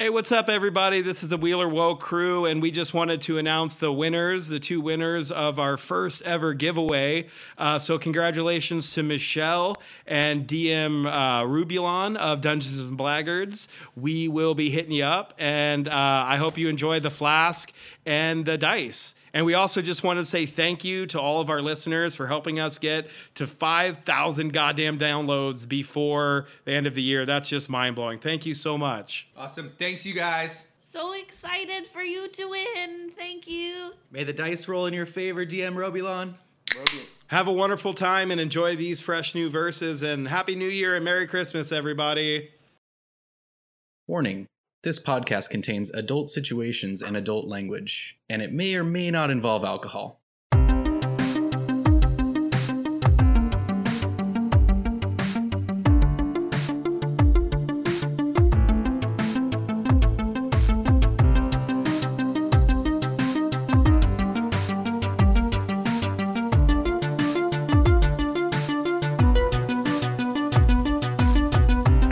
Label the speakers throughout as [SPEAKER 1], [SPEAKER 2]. [SPEAKER 1] Hey, what's up, everybody? This is the Wheeler Woe crew, and we just wanted to announce the winners, the two winners of our first ever giveaway. Uh, so, congratulations to Michelle and DM uh, Rubulon of Dungeons and Blackguards. We will be hitting you up, and uh, I hope you enjoy the flask and the dice. And we also just want to say thank you to all of our listeners for helping us get to 5,000 goddamn downloads before the end of the year. That's just mind blowing. Thank you so much.
[SPEAKER 2] Awesome. Thanks, you guys.
[SPEAKER 3] So excited for you to win. Thank you.
[SPEAKER 4] May the dice roll in your favor, DM Robilon.
[SPEAKER 1] Have a wonderful time and enjoy these fresh new verses. And Happy New Year and Merry Christmas, everybody.
[SPEAKER 4] Warning this podcast contains adult situations and adult language, and it may or may not involve alcohol.
[SPEAKER 1] Hey,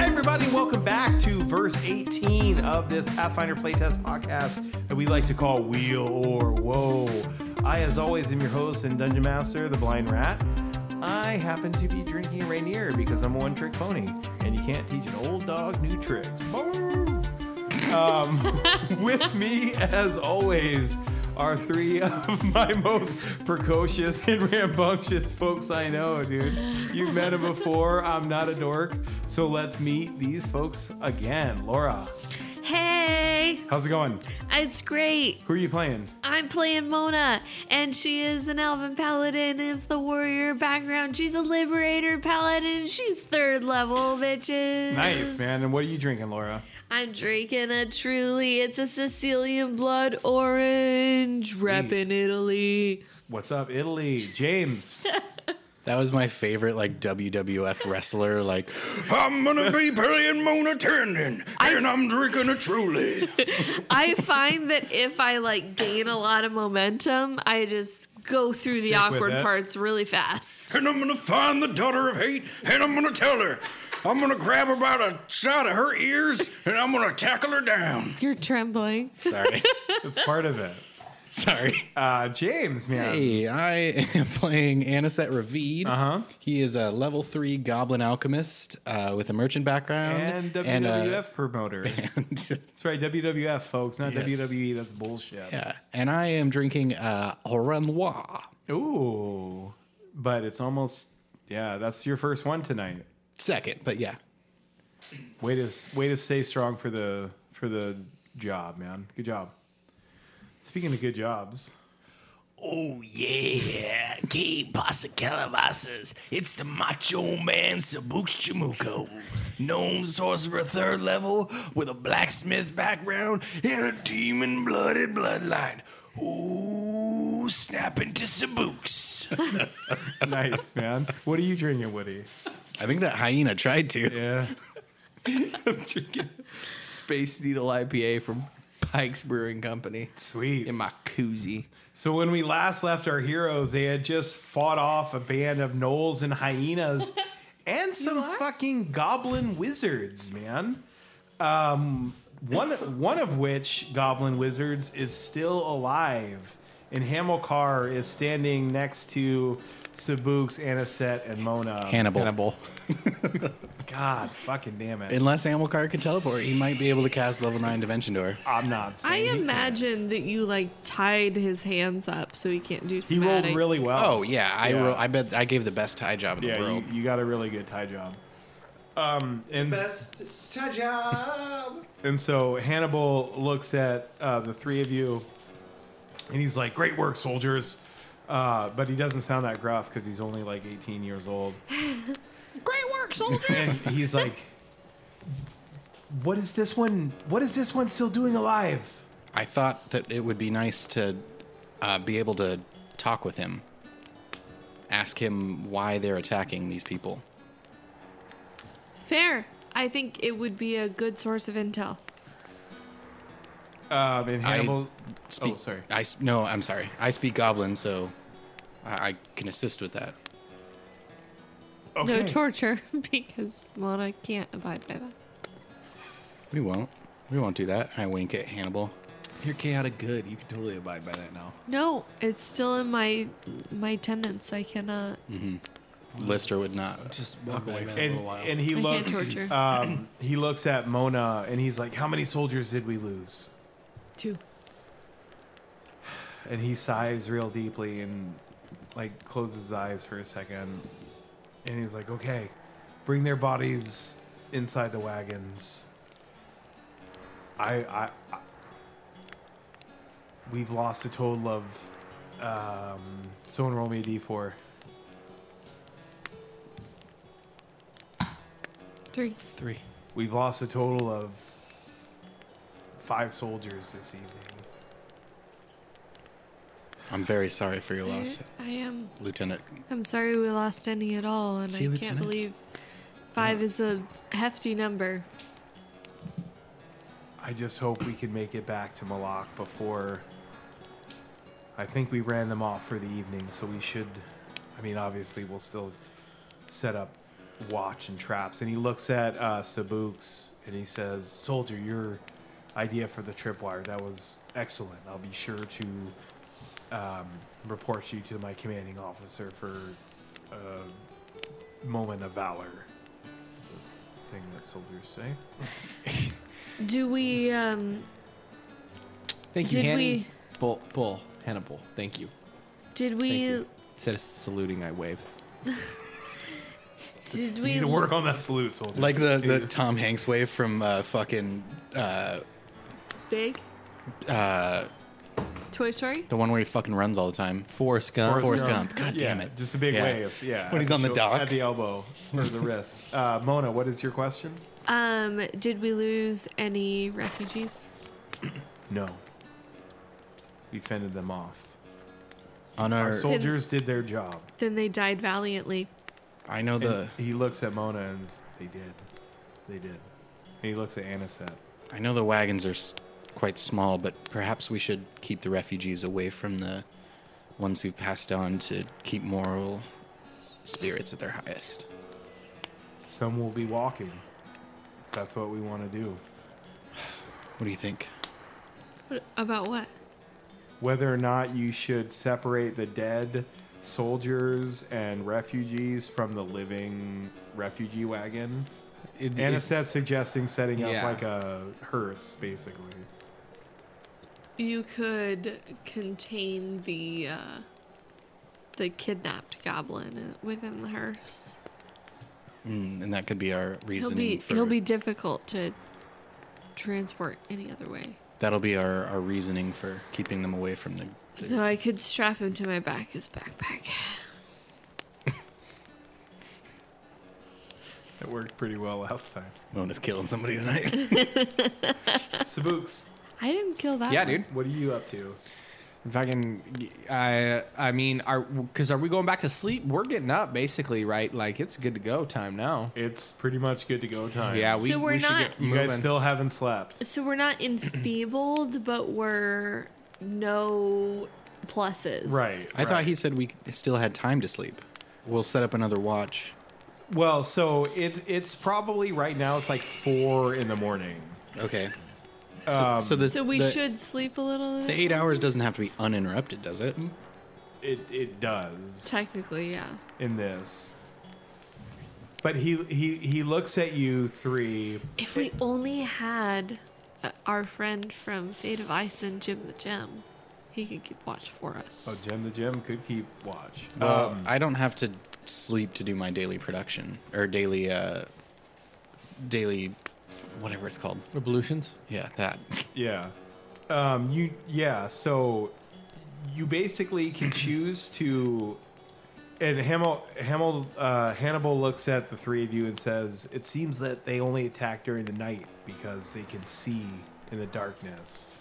[SPEAKER 1] everybody, welcome back to verse 18 of this Pathfinder Playtest podcast that we like to call Wheel or Woe. I, as always, am your host and Dungeon Master, the Blind Rat. I happen to be drinking Rainier because I'm a one trick pony, and you can't teach an old dog new tricks. Boom! Um, with me, as always, are three of my most precocious and rambunctious folks I know, dude. You've met them before. I'm not a dork. So let's meet these folks again. Laura,
[SPEAKER 3] Hey,
[SPEAKER 1] how's it going?
[SPEAKER 3] it's great.
[SPEAKER 1] Who are you playing?
[SPEAKER 3] I'm playing Mona, and she is an elven paladin of the warrior background. She's a liberator paladin. She's third level, bitches.
[SPEAKER 1] Nice, man. And what are you drinking, Laura?
[SPEAKER 3] I'm drinking a truly. It's a Sicilian blood orange. Rep in Italy.
[SPEAKER 1] What's up, Italy? James.
[SPEAKER 5] That was my favorite, like WWF wrestler. Like, I'm gonna be playing Mona Tandon, and I'm drinking a Truly.
[SPEAKER 3] I find that if I like gain a lot of momentum, I just go through
[SPEAKER 1] Stick
[SPEAKER 3] the
[SPEAKER 1] with
[SPEAKER 3] awkward
[SPEAKER 1] it.
[SPEAKER 3] parts really fast.
[SPEAKER 5] and I'm gonna find the daughter of hate, and I'm gonna tell her. I'm gonna grab her by the side of her ears, and I'm gonna tackle her down.
[SPEAKER 3] You're trembling.
[SPEAKER 5] Sorry,
[SPEAKER 1] It's part of it.
[SPEAKER 5] sorry.
[SPEAKER 1] Uh, James, man.
[SPEAKER 5] Hey, I am playing Anisette Ravid.
[SPEAKER 1] Um, Uh-huh.
[SPEAKER 5] He is a level three goblin alchemist uh, with a merchant
[SPEAKER 1] And
[SPEAKER 5] background
[SPEAKER 1] WWF
[SPEAKER 5] uh,
[SPEAKER 1] promoter.
[SPEAKER 5] and
[SPEAKER 1] That's right, WWF, folks, not
[SPEAKER 5] Yes.
[SPEAKER 1] WWE. That's bullshit.
[SPEAKER 5] yeah, and I am drinking uh, Oranois.
[SPEAKER 1] Ooh, but it's almost yeah. That's your first one tonight.
[SPEAKER 5] Second, but yeah,
[SPEAKER 1] Way to way to stay strong for the for the job, man. Good job. Speaking of good jobs,
[SPEAKER 6] Oh yeah, que pasa calabazas? It's the macho man Sabuks Chamuco, gnome sorcerer third level with a blacksmith background and a demon blooded bloodline. Ooh, snap into Sabuks.
[SPEAKER 1] nice man. What are you drinking, Woody?
[SPEAKER 5] I think that hyena tried to.
[SPEAKER 1] Yeah,
[SPEAKER 2] drinking Space Needle IPA from Pike's Brewing Company
[SPEAKER 1] sweet.
[SPEAKER 2] in my koozie.
[SPEAKER 1] So when we last left our heroes, they had just fought off a band of gnolls and hyenas and some fucking goblin wizards, man. Um, one one of which goblin wizards is still alive, and Hamilcar is standing next to Sabuks, Anisette, and Mona.
[SPEAKER 5] Hannibal.
[SPEAKER 1] God, fucking damn it!
[SPEAKER 5] Unless Amilcar could teleport, he might be able to cast level 9 Dimension Door.
[SPEAKER 1] I'm not.
[SPEAKER 3] I
[SPEAKER 1] saying he can't.
[SPEAKER 3] imagine that you like tied his hands up so he can't do
[SPEAKER 1] he
[SPEAKER 3] somatic.
[SPEAKER 1] rolled really well.
[SPEAKER 5] Oh, yeah. I
[SPEAKER 1] Yeah.
[SPEAKER 5] ro- I bet I gave the best tie job in the
[SPEAKER 1] yeah,
[SPEAKER 5] world.
[SPEAKER 1] you, you got a really good tie job. Um, and
[SPEAKER 4] Best job.
[SPEAKER 1] And so Hannibal looks at uh, the three of you, and he's like, "Great work, soldiers." Uh, but he doesn't sound that gruff because he's only like 18 years old.
[SPEAKER 3] Great work, soldier.
[SPEAKER 1] And he's like, "What is this one? What is this one still doing alive?"
[SPEAKER 5] I thought that it would be nice to uh, be able to talk with him, ask him why they're attacking these people.
[SPEAKER 3] Fair. I think it would be a good source of intel.
[SPEAKER 1] Um, and
[SPEAKER 5] I
[SPEAKER 1] Hannibal,
[SPEAKER 5] Speak-
[SPEAKER 1] oh sorry,
[SPEAKER 5] I, s- no, I'm sorry. I speak Goblin, so I, I can assist with that.
[SPEAKER 1] okay.
[SPEAKER 3] No torture because Mona can't abide by that.
[SPEAKER 5] We won't. We won't do that. I wink at Hannibal.
[SPEAKER 2] You're chaotic good. You can totally abide by that now.
[SPEAKER 3] No, it's still in my my tenants. I cannot.
[SPEAKER 5] Lister would not.
[SPEAKER 2] Just walk away for a
[SPEAKER 1] and
[SPEAKER 2] little while.
[SPEAKER 1] and he
[SPEAKER 3] I can't
[SPEAKER 1] looks
[SPEAKER 3] torture.
[SPEAKER 1] um, he looks at Mona and he's like, "How many soldiers did we lose?"
[SPEAKER 3] Two.
[SPEAKER 1] And he sighs real deeply and like closes his eyes for a second, and he's like, "Okay, bring their bodies inside the wagons." I I, I we've lost a total of um, someone roll me a d4.
[SPEAKER 3] Three.
[SPEAKER 2] Three.
[SPEAKER 1] We've lost a total of five soldiers this evening.
[SPEAKER 5] I'm very sorry for your
[SPEAKER 3] I,
[SPEAKER 5] loss,
[SPEAKER 3] I am.
[SPEAKER 5] Lieutenant.
[SPEAKER 3] I'm sorry we lost any at all, and I
[SPEAKER 5] See,
[SPEAKER 3] can't
[SPEAKER 5] Lieutenant?
[SPEAKER 3] believe five is a hefty number.
[SPEAKER 1] I just hope we can make it back to Malak before. I think we ran them off for the evening, so we should. I mean, obviously, we'll still set up watch and traps. And he looks at uh, Sabuks and he says, "Soldier, your idea for the tripwire that was excellent. I'll be sure to um, report you to my commanding officer for a moment of valor." It's a thing that soldiers say.
[SPEAKER 3] Do we? Um,
[SPEAKER 2] Thank you,
[SPEAKER 3] Did
[SPEAKER 2] Hanny.
[SPEAKER 3] we-
[SPEAKER 2] Bull, bull, Hannibal. Thank you.
[SPEAKER 3] did
[SPEAKER 2] Thank
[SPEAKER 3] we?
[SPEAKER 2] you. Instead of saluting, I wave.
[SPEAKER 3] Did
[SPEAKER 1] You
[SPEAKER 3] we?
[SPEAKER 1] need to work on that salute, soldier.
[SPEAKER 5] Like the, the Tom Hanks wave from uh, fucking uh,
[SPEAKER 3] Big. Uh. Toy Story.
[SPEAKER 5] the one where he fucking runs all the time.
[SPEAKER 2] Forrest Gump.
[SPEAKER 5] Forrest Gump. God
[SPEAKER 1] yeah,
[SPEAKER 5] damn it.
[SPEAKER 1] Just a big
[SPEAKER 5] Yeah.
[SPEAKER 1] wave. Yeah.
[SPEAKER 5] When
[SPEAKER 1] at
[SPEAKER 5] he's on the
[SPEAKER 1] shou-
[SPEAKER 5] dock.
[SPEAKER 1] At the elbow or the wrist. Uh, Mona, what is your question?
[SPEAKER 3] Um. Did we lose any refugees?
[SPEAKER 1] No. We fended them off.
[SPEAKER 5] On our,
[SPEAKER 1] Our soldiers did their job.
[SPEAKER 3] Then they died valiantly.
[SPEAKER 5] I know the
[SPEAKER 1] And he looks at Mona and s- they did. They did. And he looks at Anisette.
[SPEAKER 5] I know the wagons are s- quite small, but perhaps we should keep the refugees away from the ones who passed on to keep moral spirits at their highest.
[SPEAKER 1] Some will be walking. That's what we want to do.
[SPEAKER 5] What do you think?
[SPEAKER 3] What, about what?
[SPEAKER 1] whether or not you should separate the dead soldiers and refugees from the living refugee wagon.
[SPEAKER 2] It-
[SPEAKER 1] And
[SPEAKER 2] it's-
[SPEAKER 1] it's suggesting setting
[SPEAKER 2] Yeah.
[SPEAKER 1] up like a hearse, basically.
[SPEAKER 3] You could contain the uh, the kidnapped goblin within the hearse.
[SPEAKER 5] Mm, and that could be our
[SPEAKER 3] He'll
[SPEAKER 5] reasoning
[SPEAKER 3] be
[SPEAKER 5] for
[SPEAKER 3] he'll be difficult to transport any other way.
[SPEAKER 5] that'll be our, our reasoning for keeping them away from the, the
[SPEAKER 3] Though I could strap him to my back his backpack.
[SPEAKER 1] It worked pretty well last time.
[SPEAKER 5] Mona's killing somebody tonight.
[SPEAKER 1] Sabuks,
[SPEAKER 3] I didn't kill that.
[SPEAKER 2] yeah,
[SPEAKER 3] one.
[SPEAKER 2] dude.
[SPEAKER 1] what are you up to?
[SPEAKER 2] Fucking. I. I mean, are because are we going back to sleep? We're getting up, basically, right? Like it's good to go time now.
[SPEAKER 1] It's pretty much good to go time.
[SPEAKER 2] Yeah, we.
[SPEAKER 3] So we're
[SPEAKER 2] we should
[SPEAKER 3] not-
[SPEAKER 2] Get
[SPEAKER 1] You
[SPEAKER 2] moving.
[SPEAKER 1] guys still haven't slept.
[SPEAKER 3] So we're not enfeebled, but we're no pluses.
[SPEAKER 1] Right.
[SPEAKER 5] I
[SPEAKER 1] right.
[SPEAKER 5] thought he said we still had time to sleep. We'll set up another watch.
[SPEAKER 1] Well, so it it's probably right now it's like four in the morning.
[SPEAKER 5] Okay. So, so the,
[SPEAKER 3] So we
[SPEAKER 5] the-
[SPEAKER 3] should sleep a little.
[SPEAKER 5] The eight hours doesn't have to be uninterrupted, does it?
[SPEAKER 1] It it does.
[SPEAKER 3] Technically, yeah.
[SPEAKER 1] in this. But he he he looks at you three.
[SPEAKER 3] If we only had uh, our friend from Fate of Ice and Jim the Gem, he could keep watch for us.
[SPEAKER 1] Oh, Jim the Jim could keep watch.
[SPEAKER 5] Well,
[SPEAKER 1] um,
[SPEAKER 5] Uh, I don't have to sleep to do my daily production or daily, uh, daily, whatever it's called.
[SPEAKER 2] Revolutions.
[SPEAKER 5] Yeah, that.
[SPEAKER 1] yeah. Um, you yeah. So you basically can choose to. And Hamel, Hamel, uh, Hannibal looks at the three of you and says, "It seems that they only attack during the night because they can see in the darkness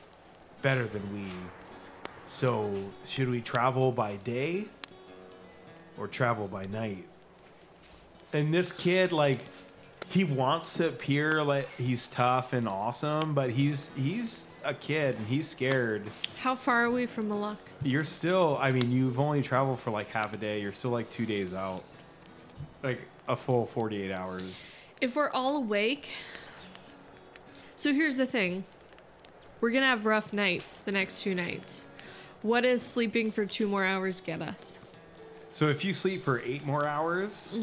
[SPEAKER 1] better than we. So, should we travel by day or travel by night?" and this kid like he wants to appear like he's tough and awesome but he's he's a kid and he's scared
[SPEAKER 3] How far are we from Malak?
[SPEAKER 1] you're still i mean you've only traveled for like half a day you're still like two days out like a full 48 hours
[SPEAKER 3] If we're all awake, So here's the thing. We're gonna have rough nights the next two nights. What does sleeping for two more hours get us?
[SPEAKER 1] So if you sleep for eight more hours,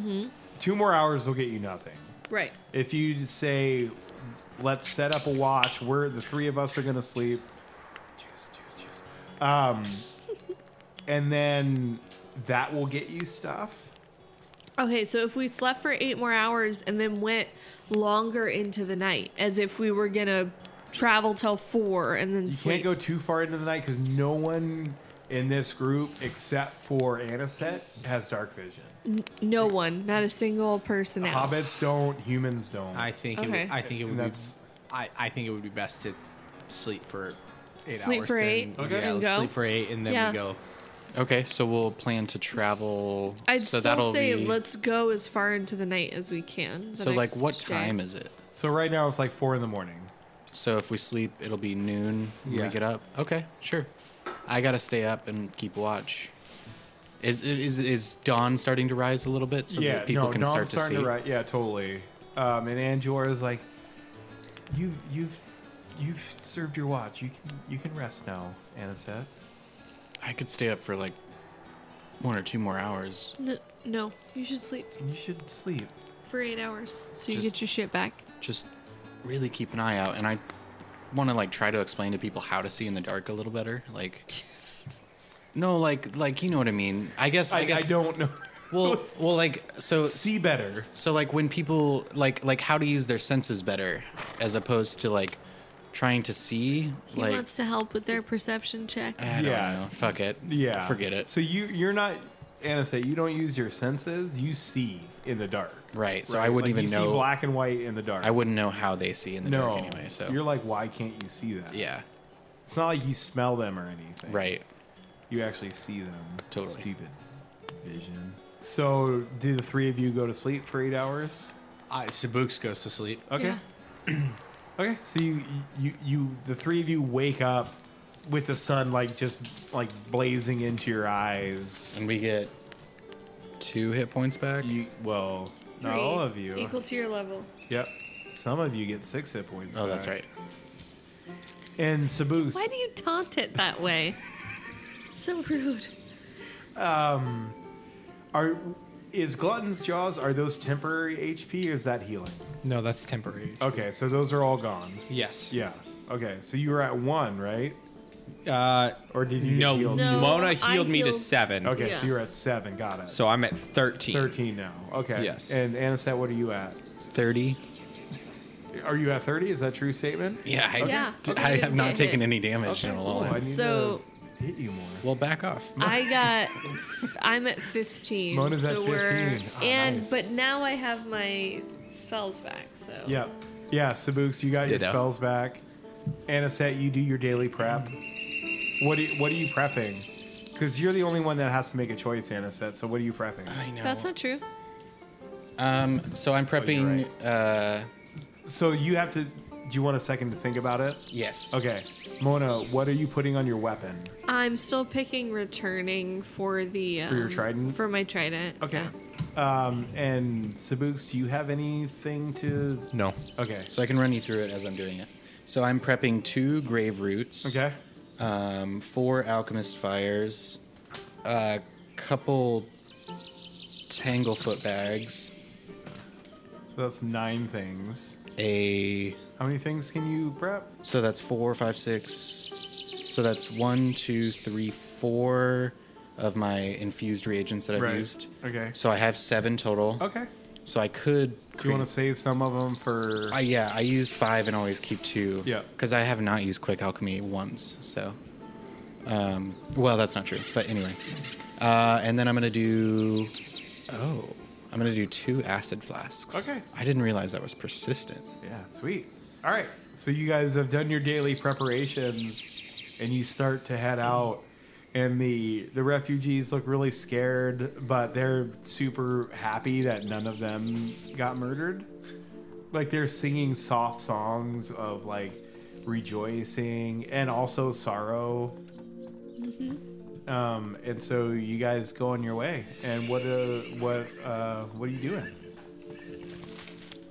[SPEAKER 1] two more hours will get you nothing.
[SPEAKER 3] Right.
[SPEAKER 1] If you say, let's set up a watch, we're the three of us are gonna sleep. Juice, juice, juice. Um, and then that will get you stuff.
[SPEAKER 3] Okay, so if we slept for eight more hours and then went longer into the night, as if we were gonna travel till four and then
[SPEAKER 1] You
[SPEAKER 3] sleep.
[SPEAKER 1] can't go too far into the night because no one in this group, except for Aniset, has dark vision.
[SPEAKER 3] no one, not a single person out.
[SPEAKER 1] Hobbits don't, humans don't.
[SPEAKER 2] I think it,
[SPEAKER 3] Okay.
[SPEAKER 2] would- I think it would
[SPEAKER 1] And
[SPEAKER 2] be,
[SPEAKER 1] that's-
[SPEAKER 2] I, I think it would be best to sleep for eight
[SPEAKER 3] Sleep
[SPEAKER 2] hours.
[SPEAKER 3] for
[SPEAKER 2] then-
[SPEAKER 3] eight
[SPEAKER 1] Okay.
[SPEAKER 2] Yeah,
[SPEAKER 1] and
[SPEAKER 2] let's
[SPEAKER 3] go?
[SPEAKER 2] sleep for eight and then
[SPEAKER 3] Yeah.
[SPEAKER 2] we go.
[SPEAKER 5] Okay, so we'll plan to travel.
[SPEAKER 3] I'd
[SPEAKER 5] so
[SPEAKER 3] still
[SPEAKER 5] that'll
[SPEAKER 3] say
[SPEAKER 5] be,
[SPEAKER 3] let's go as far into the night as we can.
[SPEAKER 5] So like, what time is it?
[SPEAKER 1] so right now it's like four in the morning.
[SPEAKER 5] So if we sleep, it'll be noon when
[SPEAKER 2] Yeah.
[SPEAKER 5] we get up. Okay, sure. I gotta stay up and keep watch. Is is is dawn starting to rise a little bit so
[SPEAKER 1] yeah,
[SPEAKER 5] that people
[SPEAKER 1] no,
[SPEAKER 5] can
[SPEAKER 1] Dom's
[SPEAKER 5] start to see?
[SPEAKER 1] starting to write. Yeah, totally. Um, and Anjor is like, you, you've, you've served your watch. You can, you can rest now. Anna said.
[SPEAKER 5] I could stay up for like one or two more hours.
[SPEAKER 3] No, no, you should sleep
[SPEAKER 1] You should sleep.
[SPEAKER 3] for eight hours so you
[SPEAKER 5] Just-
[SPEAKER 3] get your shit back.
[SPEAKER 5] Just really keep an eye out, and I want to like try to explain to people how to see in the dark a little better. Like, no, like like you know what I mean. I guess I,
[SPEAKER 1] I, I,
[SPEAKER 5] guess
[SPEAKER 1] don't know.
[SPEAKER 5] well well like so
[SPEAKER 1] See better.
[SPEAKER 5] So like when people like like how to use their senses better as opposed to like trying to see
[SPEAKER 3] He
[SPEAKER 5] like
[SPEAKER 3] wants to help with their perception checks.
[SPEAKER 5] I don't
[SPEAKER 1] Yeah.
[SPEAKER 5] know. Fuck it.
[SPEAKER 1] Yeah,
[SPEAKER 5] Forget it.
[SPEAKER 1] So you, you're not Anna said. You don't use your senses. You see in the dark.
[SPEAKER 5] Right, so I wouldn't
[SPEAKER 1] Like,
[SPEAKER 5] even
[SPEAKER 1] you
[SPEAKER 5] know-
[SPEAKER 1] See black and white in the dark.
[SPEAKER 5] I wouldn't know how they see in the
[SPEAKER 1] No.
[SPEAKER 5] dark anyway, so
[SPEAKER 1] you're like, why can't you see that?
[SPEAKER 5] yeah.
[SPEAKER 1] It's not like you smell them or anything.
[SPEAKER 5] Right.
[SPEAKER 1] You actually see them.
[SPEAKER 5] Totally.
[SPEAKER 1] Stupid vision. So, do the three of you go to sleep for eight hours?
[SPEAKER 2] I, Sabuks goes to sleep.
[SPEAKER 1] Okay.
[SPEAKER 3] Yeah.
[SPEAKER 1] Okay. So you, you you the three of you wake up with the sun like just like blazing into your eyes.
[SPEAKER 5] And we get two hit points back.
[SPEAKER 1] You well, not all of you.
[SPEAKER 3] Equal to your level.
[SPEAKER 1] Yep. Some of you get six hit points.
[SPEAKER 5] oh, that's
[SPEAKER 1] back.
[SPEAKER 5] right.
[SPEAKER 1] And Saboose.
[SPEAKER 3] Why do you taunt it that way? so rude.
[SPEAKER 1] Are is Glutton's jaws are those temporary HP or is that healing?
[SPEAKER 2] No, that's temporary.
[SPEAKER 1] Okay, so those are all gone.
[SPEAKER 2] Yes.
[SPEAKER 1] Yeah. Okay, so you were at one, right?
[SPEAKER 2] Uh,
[SPEAKER 1] Or did you get
[SPEAKER 2] no,
[SPEAKER 1] healed?
[SPEAKER 3] No,
[SPEAKER 2] Mona
[SPEAKER 3] I
[SPEAKER 2] healed, me to
[SPEAKER 3] healed-
[SPEAKER 2] seven.
[SPEAKER 1] Okay,
[SPEAKER 3] Yeah.
[SPEAKER 1] so you're at seven. Got it.
[SPEAKER 2] So I'm at 13.
[SPEAKER 1] 13 now. Okay.
[SPEAKER 2] Yes.
[SPEAKER 1] And Anisette, what are you at?
[SPEAKER 5] 30.
[SPEAKER 1] Are you at 30? Is that a true statement?
[SPEAKER 5] Yeah, I,
[SPEAKER 3] Yeah,
[SPEAKER 5] d-
[SPEAKER 3] we
[SPEAKER 5] I
[SPEAKER 3] didn't
[SPEAKER 5] have not
[SPEAKER 3] get
[SPEAKER 5] taken
[SPEAKER 3] hit.
[SPEAKER 5] any damage in a
[SPEAKER 1] Ooh,
[SPEAKER 5] long
[SPEAKER 1] I
[SPEAKER 5] time.
[SPEAKER 1] need
[SPEAKER 3] So-
[SPEAKER 1] to hit you more.
[SPEAKER 5] Well, back off.
[SPEAKER 3] I got. I'm at 15.
[SPEAKER 1] Mona's at
[SPEAKER 3] so We're,
[SPEAKER 1] 15. Ah,
[SPEAKER 3] and
[SPEAKER 1] nice.
[SPEAKER 3] but now I have my spells back. So
[SPEAKER 1] Yeah. Yeah, Sabuks, you got your
[SPEAKER 2] Ditto.
[SPEAKER 1] spells back. Anisette, you do your daily prep. What do you, what are you prepping? Because you're the only one that has to make a choice, Anisette. So what are you prepping?
[SPEAKER 5] I know.
[SPEAKER 3] that's not true.
[SPEAKER 5] um, so
[SPEAKER 1] Oh,
[SPEAKER 5] I'm prepping. Uh,
[SPEAKER 1] So you have to. Do you want a second to think about it?
[SPEAKER 5] yes.
[SPEAKER 1] Okay. Mona, what are you putting on your weapon?
[SPEAKER 3] I'm still picking returning for the um,
[SPEAKER 1] For your trident?
[SPEAKER 3] for my trident.
[SPEAKER 1] Okay.
[SPEAKER 3] yeah.
[SPEAKER 1] Um, and Sabuks, do you have anything to?
[SPEAKER 2] No.
[SPEAKER 1] Okay.
[SPEAKER 5] So I can run you through it as I'm doing it. So I'm prepping two grave roots.
[SPEAKER 1] Okay.
[SPEAKER 5] um, four alchemist fires, a couple tanglefoot bags,
[SPEAKER 1] So that's nine things.
[SPEAKER 5] a
[SPEAKER 1] How many things can you prep?
[SPEAKER 5] so that's four, five, six. So that's one, two, three, four of my infused reagents that I've
[SPEAKER 1] Right.
[SPEAKER 5] used.
[SPEAKER 1] Okay.
[SPEAKER 5] So I have seven total.
[SPEAKER 1] Okay.
[SPEAKER 5] So I could.
[SPEAKER 1] Do you want to save some of them for?
[SPEAKER 5] I, yeah, I use five and always keep two.
[SPEAKER 1] Yeah.
[SPEAKER 5] Because I have not used quick alchemy once, so. Um, well, that's not true, but anyway. Uh, and then I'm gonna do. Oh, I'm gonna do two acid flasks.
[SPEAKER 1] Okay.
[SPEAKER 5] I didn't realize that was persistent.
[SPEAKER 1] Yeah. Sweet. All right. So you guys have done your daily preparations, and you start to head out. And the the refugees look really scared, but they're super happy that none of them got murdered. Like they're singing soft songs of like rejoicing and also sorrow. Um, and so you guys go on your way. And what uh, what uh, what are you doing?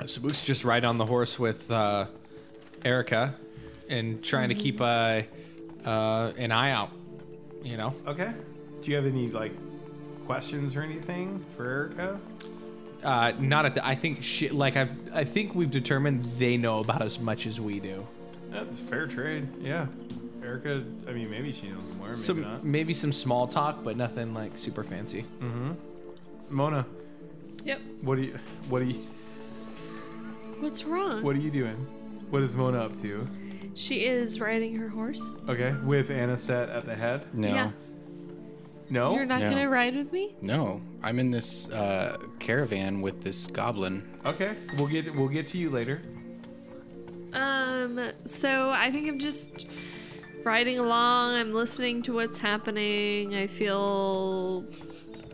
[SPEAKER 2] Sabuks just ride on the horse with uh, Erica and trying to
[SPEAKER 3] Mm-hmm.
[SPEAKER 2] keep uh, uh, an eye out. You know,
[SPEAKER 1] Okay. Do you have any like questions or anything for Erica?
[SPEAKER 2] uh, not at the. I think she, like I've. I think we've determined they know about as much as we do.
[SPEAKER 1] That's fair trade. Yeah. Erica, I mean, maybe she knows more, maybe
[SPEAKER 2] some
[SPEAKER 1] not.
[SPEAKER 2] maybe some small talk, but nothing like super fancy.
[SPEAKER 1] Mona,
[SPEAKER 3] Yep.
[SPEAKER 1] what do you, what do you,
[SPEAKER 3] What's wrong?
[SPEAKER 1] what are you doing? What is Mona up to?
[SPEAKER 3] She is riding her horse.
[SPEAKER 1] Okay, with Anna set at the head.
[SPEAKER 5] No.
[SPEAKER 3] Yeah.
[SPEAKER 1] No.
[SPEAKER 3] You're not
[SPEAKER 5] No.
[SPEAKER 3] gonna ride with me?
[SPEAKER 5] No. I'm in this uh, caravan with this goblin.
[SPEAKER 1] Okay, we'll get we'll get to you later.
[SPEAKER 3] Um, so I think I'm just riding along. I'm listening to what's happening. I feel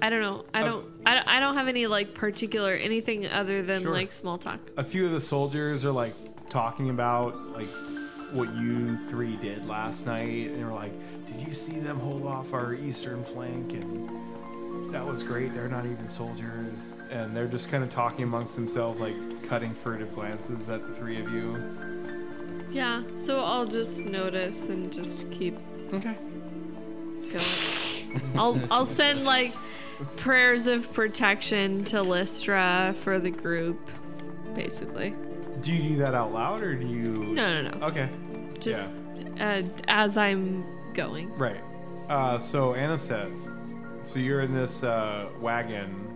[SPEAKER 3] I don't know. I don't I don't, I don't have any like particular anything other than
[SPEAKER 1] Sure.
[SPEAKER 3] like small talk.
[SPEAKER 1] A few of the soldiers are like talking about like what you three did last night, and we're like, did you see them hold off our eastern flank? And that was great. They're not even soldiers, and they're just kind of talking amongst themselves, like cutting furtive glances at the three of you.
[SPEAKER 3] Yeah. So I'll just notice and just keep
[SPEAKER 1] Okay.
[SPEAKER 3] going. I'll I'll send like prayers of protection to Lystra for the group basically.
[SPEAKER 1] Do you do that out loud, or do you?
[SPEAKER 3] No, no, no.
[SPEAKER 1] Okay.
[SPEAKER 3] Just uh, as I'm going.
[SPEAKER 1] Right. Uh, so Anna said, so you're in this uh, wagon.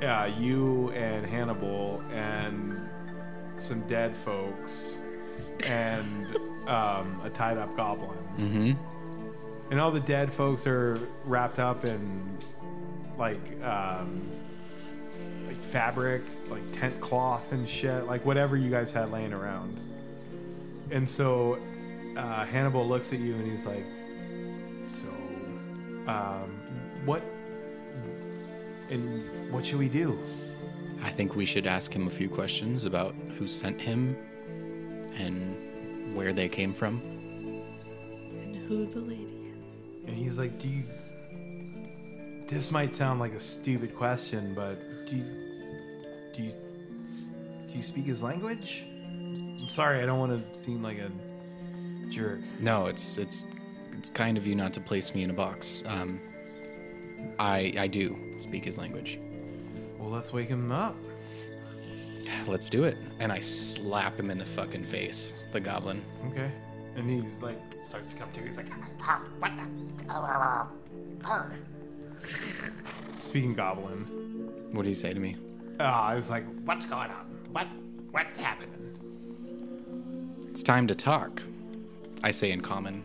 [SPEAKER 1] Yeah, you and Hannibal and some dead folks and um, a tied up goblin.
[SPEAKER 5] Mm-hmm.
[SPEAKER 1] And all the dead folks are wrapped up in like um, like fabric, like tent cloth and shit, like whatever you guys had laying around. And so uh, Hannibal looks at you and he's like, "So, um, what? And what should we do?"
[SPEAKER 5] I think we should ask him a few questions about who sent him and where they came from.
[SPEAKER 3] And who the lady is.
[SPEAKER 1] And he's like, "Do you? This might sound like a stupid question, but do you, do you s- do you speak his language? I'm sorry, I don't want to seem like a jerk.
[SPEAKER 5] No, it's it's it's kind of you not to place me in a box. Um, I I do speak his language.
[SPEAKER 1] Well, let's wake him up.
[SPEAKER 5] Let's do it. And I slap him in the fucking face, the goblin.
[SPEAKER 1] Okay." And he's like, starts to come to. He's like,
[SPEAKER 7] What
[SPEAKER 1] Oh.
[SPEAKER 7] the?
[SPEAKER 1] speaking goblin.
[SPEAKER 5] What do you say to me?
[SPEAKER 1] Ah, it's like,
[SPEAKER 7] What's going on? What? What's happening?
[SPEAKER 5] It's time to talk. I say in common.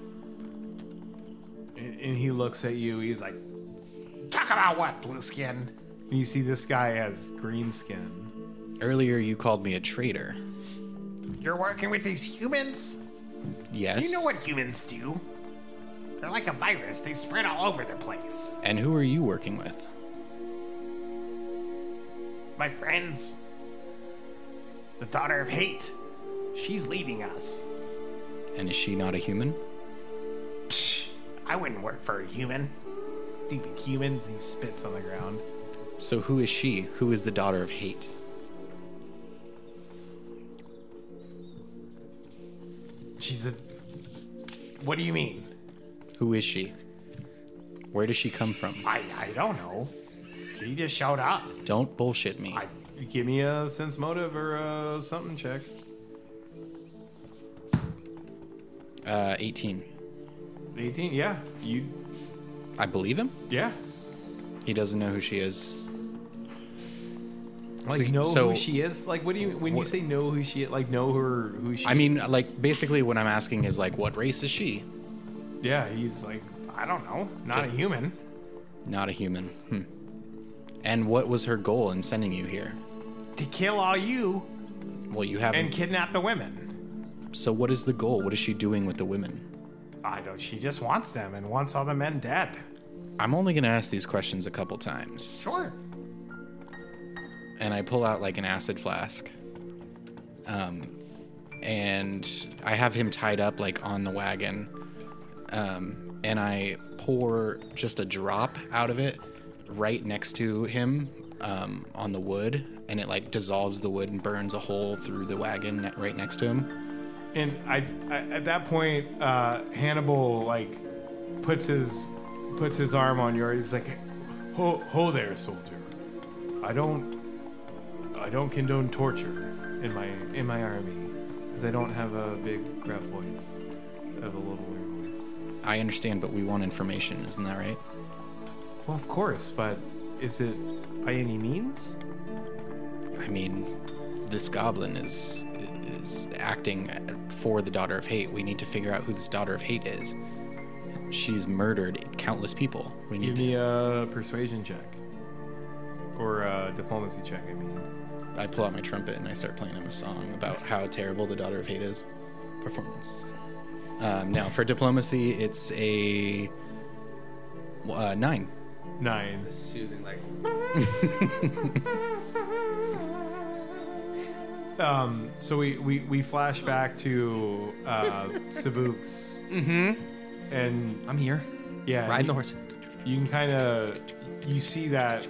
[SPEAKER 1] and, and he looks at you. He's like, and
[SPEAKER 7] Talk about what, blue skin?
[SPEAKER 1] you see this guy has green skin.
[SPEAKER 5] Earlier you called me a traitor.
[SPEAKER 7] You're working with these humans?
[SPEAKER 5] Yes.
[SPEAKER 7] You know what humans do? They're like a virus, they spread all over the place.
[SPEAKER 5] And who are you working with?
[SPEAKER 7] My friends, the daughter of hate, she's leading us.
[SPEAKER 5] And is she not a human?
[SPEAKER 7] Psh, I wouldn't work for a human.
[SPEAKER 1] Stupid humans. He spits on the ground.
[SPEAKER 5] So who is she? Who is the daughter of hate?
[SPEAKER 1] She's a. What do you mean?
[SPEAKER 5] Who is she? Where does she come from?
[SPEAKER 7] I, I don't know. She just showed up.
[SPEAKER 5] Don't bullshit me.
[SPEAKER 7] I-
[SPEAKER 1] Give me a sense motive or a something check.
[SPEAKER 5] Uh, 18.
[SPEAKER 1] 18. Yeah. You.
[SPEAKER 5] I believe him.
[SPEAKER 1] Yeah.
[SPEAKER 5] He doesn't know who she is.
[SPEAKER 1] Like
[SPEAKER 5] So-
[SPEAKER 1] know
[SPEAKER 5] so-
[SPEAKER 1] who she is. Like what do you when you
[SPEAKER 5] What-
[SPEAKER 1] say know who she like know her who she.
[SPEAKER 5] I mean, like, basically, what I'm asking is, like, what race is she?
[SPEAKER 1] Yeah. He's like
[SPEAKER 7] I don't know.
[SPEAKER 1] not a human.
[SPEAKER 5] Not a human. Hmm. And what was her goal in sending you here?
[SPEAKER 7] To kill all you
[SPEAKER 5] Well, you haven't.
[SPEAKER 7] and kidnap the women.
[SPEAKER 5] so, what is the goal? What is she doing with the women?
[SPEAKER 7] I don't. She just wants them and wants all the men dead.
[SPEAKER 5] I'm only gonna ask these questions a couple times.
[SPEAKER 7] Sure.
[SPEAKER 5] and I pull out like an acid flask. Um, and I have him tied up like on the wagon. Um, and I pour just a drop out of it right next to him um, on the wood and it like dissolves the wood and burns a hole through the wagon ne- right next to him.
[SPEAKER 1] And I, I at that point, uh, Hannibal like puts his puts his arm on yours. He's like, "Ho, ho there, soldier. I don't, I don't condone torture in my in my army because I don't have a big gruff voice. I have a little weird voice.
[SPEAKER 5] I understand, but we want information, isn't that right?
[SPEAKER 1] Well, of course, but is it by any means?
[SPEAKER 5] I mean, this goblin is is acting for the daughter of hate. We need to figure out who this daughter of hate is. She's murdered countless people. We need
[SPEAKER 1] Give me a persuasion check or a diplomacy check. I mean,
[SPEAKER 5] I pull out my trumpet and I start playing him a song about how terrible the daughter of hate is. Performance. Um, now for diplomacy, it's a uh, nine.
[SPEAKER 1] nine.
[SPEAKER 2] Soothing, like
[SPEAKER 1] Um, so we, we, we flash back to uh, Sabuks. Mm-hmm. And
[SPEAKER 2] I'm here,
[SPEAKER 1] yeah,
[SPEAKER 2] riding
[SPEAKER 1] you,
[SPEAKER 2] the horse.
[SPEAKER 1] you can kind of you see that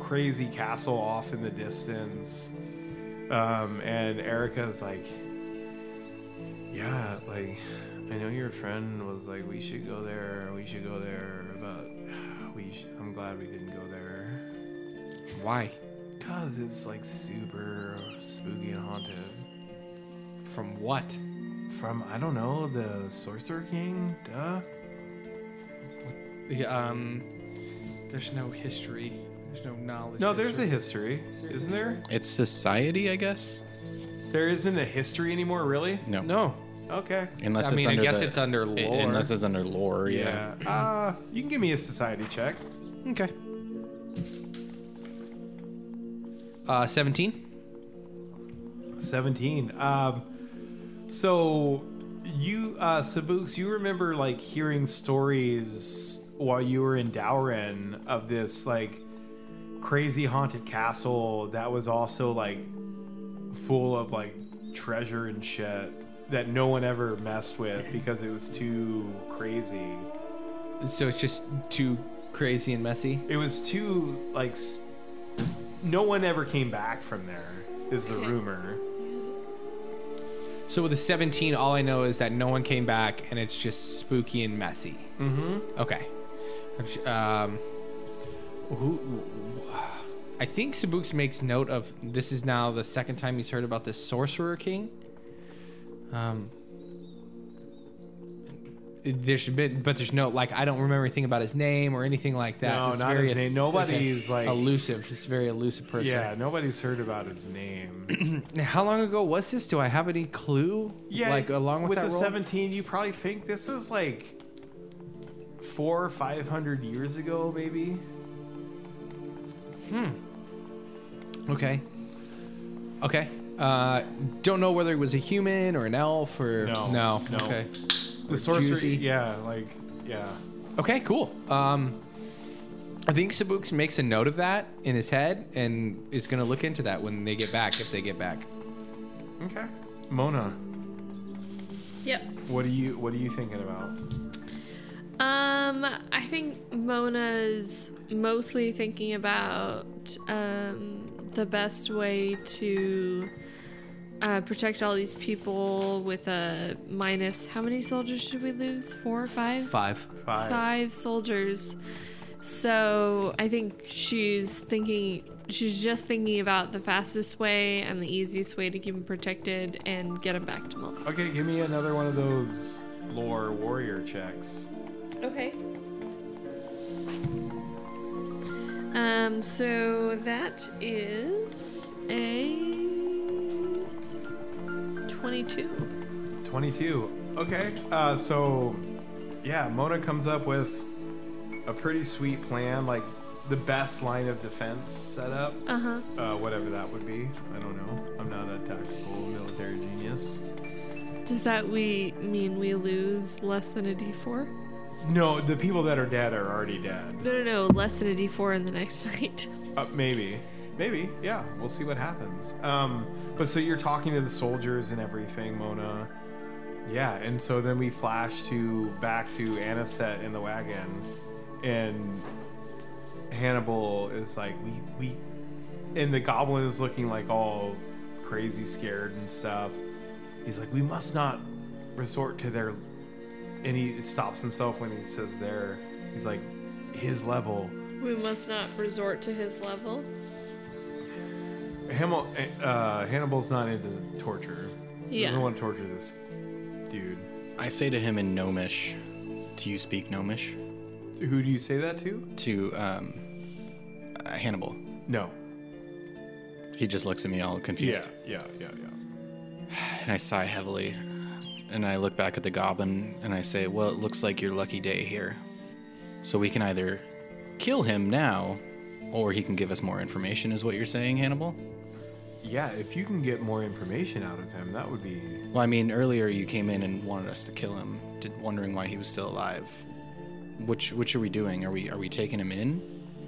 [SPEAKER 1] crazy castle off in the distance. Um, and Erica's like, yeah, like I know your friend was like, we should go there, we should go there, but we sh- I'm glad we didn't go there.
[SPEAKER 2] Why?
[SPEAKER 1] Cause it's like super spooky and haunted.
[SPEAKER 2] From what?
[SPEAKER 1] From I don't know the Sorcerer King, duh.
[SPEAKER 2] The, um, there's no history. There's no knowledge.
[SPEAKER 1] No, there's a history, isn't there?
[SPEAKER 5] It's society, I guess.
[SPEAKER 1] There isn't a history anymore, really.
[SPEAKER 5] No,
[SPEAKER 2] no.
[SPEAKER 1] Okay.
[SPEAKER 5] Unless
[SPEAKER 2] I
[SPEAKER 5] it's
[SPEAKER 2] mean, I
[SPEAKER 5] under
[SPEAKER 2] guess
[SPEAKER 5] the-
[SPEAKER 2] it's under lore.
[SPEAKER 5] i- Unless it's under lore, yeah.
[SPEAKER 1] Yeah. Uh, you can give me a society check.
[SPEAKER 2] Okay. Uh, seventeen.
[SPEAKER 1] Seventeen. Um, so you, uh, Sabuks, you remember like hearing stories while you were in Dowren of this like crazy haunted castle that was also like full of like treasure and shit that no one ever messed with because it was too crazy.
[SPEAKER 2] So it's just too crazy and messy.
[SPEAKER 1] It was too like s- no one ever came back from there is the rumor.
[SPEAKER 2] So with the seventeen, all I know is that no one came back, and it's just spooky and messy. Mm-hmm. Okay. I'm sh- Um. Who? I think Sabuks makes note of this is now the second time he's heard about this sorcerer king. Um. There's been, but there's no like I don't remember anything about his name or anything like that.
[SPEAKER 1] No,
[SPEAKER 2] It's
[SPEAKER 1] not his name. Nobody's, like-
[SPEAKER 2] elusive. Just very elusive person.
[SPEAKER 1] Yeah, nobody's heard about his name.
[SPEAKER 2] How long ago was this? Do I have any clue?
[SPEAKER 1] Yeah,
[SPEAKER 2] Like along with,
[SPEAKER 1] with
[SPEAKER 2] that
[SPEAKER 1] the
[SPEAKER 2] role?
[SPEAKER 1] seventeen, you probably think this was like four or five hundred years ago, maybe.
[SPEAKER 2] Okay. Okay. Uh, don't know whether it was a human or an elf or
[SPEAKER 1] No.
[SPEAKER 2] No.
[SPEAKER 1] No.
[SPEAKER 2] Okay.
[SPEAKER 1] The sorcery,
[SPEAKER 2] juicy.
[SPEAKER 1] yeah, like yeah.
[SPEAKER 2] Okay. Cool. Um, I think Sabuks makes a note of that in his head and is going to look into that when they get back, if they get back.
[SPEAKER 1] Okay, Mona,
[SPEAKER 3] Yep.
[SPEAKER 1] what are you what are you thinking about?
[SPEAKER 3] Um, I think Mona's mostly thinking about um, the best way to uh, protect all these people with a minus. How many soldiers should we lose? Four or five?
[SPEAKER 2] Five.
[SPEAKER 1] Five.
[SPEAKER 3] Five soldiers. So I think she's thinking. She's just thinking about the fastest way and the easiest way to keep them protected and get them back to Mulder.
[SPEAKER 1] Okay, give me another one of those lore warrior checks.
[SPEAKER 3] Okay. Um, so that is a 22.
[SPEAKER 1] 22. Okay. Uh, so, yeah, Mona comes up with a pretty sweet plan, like the best line of defense setup,
[SPEAKER 3] Uh huh.
[SPEAKER 1] uh, whatever that would be. I don't know. I'm not a tactical military genius.
[SPEAKER 3] Does that we mean we lose less than a d4?
[SPEAKER 1] No, the people that are dead are already dead.
[SPEAKER 3] No, no, no, less than a d4 in the next night.
[SPEAKER 1] Uh, maybe. Maybe. Yeah. We'll see what happens. Um, but so you're talking to the soldiers and everything, Mona. Yeah. And so then we flash to back to Aniset in the wagon, and Hannibal is like, "We we and the goblin is looking like all crazy scared and stuff. He's like, we must not resort to their. And he stops himself when he says their. He's like, his level.
[SPEAKER 3] We must not resort to his level.
[SPEAKER 1] Hannibal, uh, Hannibal's not into torture. He
[SPEAKER 3] Yeah.
[SPEAKER 1] doesn't want to torture this dude.
[SPEAKER 5] I say to him in Gnomish, "Do you speak Gnomish?"
[SPEAKER 1] Who do you say that to?
[SPEAKER 5] To um, uh, Hannibal.
[SPEAKER 1] No.
[SPEAKER 5] He just looks at me all confused,
[SPEAKER 1] yeah, yeah, yeah.
[SPEAKER 5] and I sigh heavily. And I look back at the goblin and I say, "Well, it looks like your lucky day here. So we can either kill him now, or he can give us more information." Is what you're saying, Hannibal?
[SPEAKER 1] Yeah, if you can get more information out of him, that would be.
[SPEAKER 5] Well, I mean, earlier you came in and wanted us to kill him, did, wondering why he was still alive. Which which are we doing? Are we are we taking him in?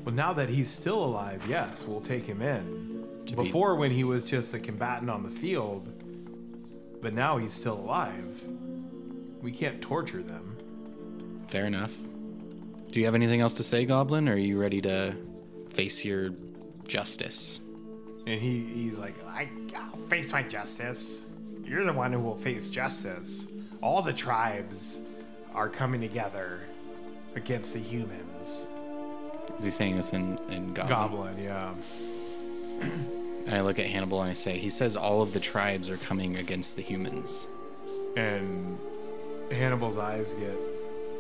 [SPEAKER 1] Well, now that he's still alive, yes, we'll take him in.
[SPEAKER 5] To be-
[SPEAKER 1] Before, when he was just a combatant on the field, but now he's still alive. We can't torture them.
[SPEAKER 5] Fair enough. Do you have anything else to say, Goblin? Or are you ready to face your justice?
[SPEAKER 1] And he, he's like,
[SPEAKER 7] I, I'll face my justice. You're the one who will face justice. All the tribes are coming together against the humans.
[SPEAKER 5] Is he saying this in in Goblin?
[SPEAKER 1] Goblin, yeah.
[SPEAKER 5] And I look at Hannibal and I say, he says all of the tribes are coming against the humans.
[SPEAKER 1] And Hannibal's eyes get.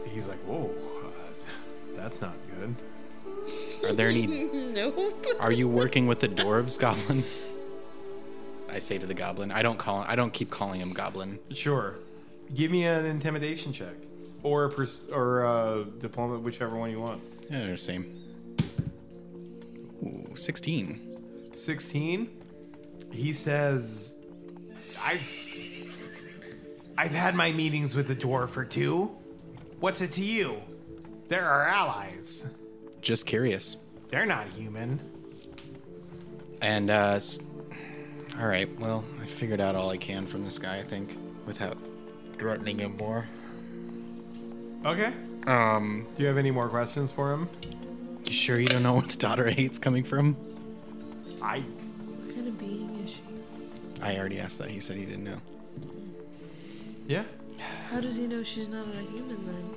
[SPEAKER 1] He's like, whoa, uh, that's not good.
[SPEAKER 5] Are there any?
[SPEAKER 3] Nope.
[SPEAKER 5] Are you working with the dwarves, Goblin? I say to the Goblin, I don't call. I don't keep calling him Goblin.
[SPEAKER 1] Sure. Give me an intimidation check or a pers- or a diploma, whichever one you want.
[SPEAKER 5] Yeah, they're the same. Ooh, 16.
[SPEAKER 1] 16. He says,
[SPEAKER 7] I've I've had my meetings with the dwarf for two. What's it to you? They're our allies.
[SPEAKER 5] Just curious.
[SPEAKER 7] They're not human.
[SPEAKER 5] And, uh, s- all right, well, I figured out all I can from this guy, I think, without threatening him more.
[SPEAKER 1] "Okay.
[SPEAKER 5] Um,
[SPEAKER 1] Do you have any more questions for him?"
[SPEAKER 5] you sure you don't know where the daughter hate's coming from?
[SPEAKER 7] I
[SPEAKER 3] What kind of being is she?
[SPEAKER 5] I already asked that. He said he didn't know.
[SPEAKER 1] Yeah.
[SPEAKER 3] How does he know she's not a human then?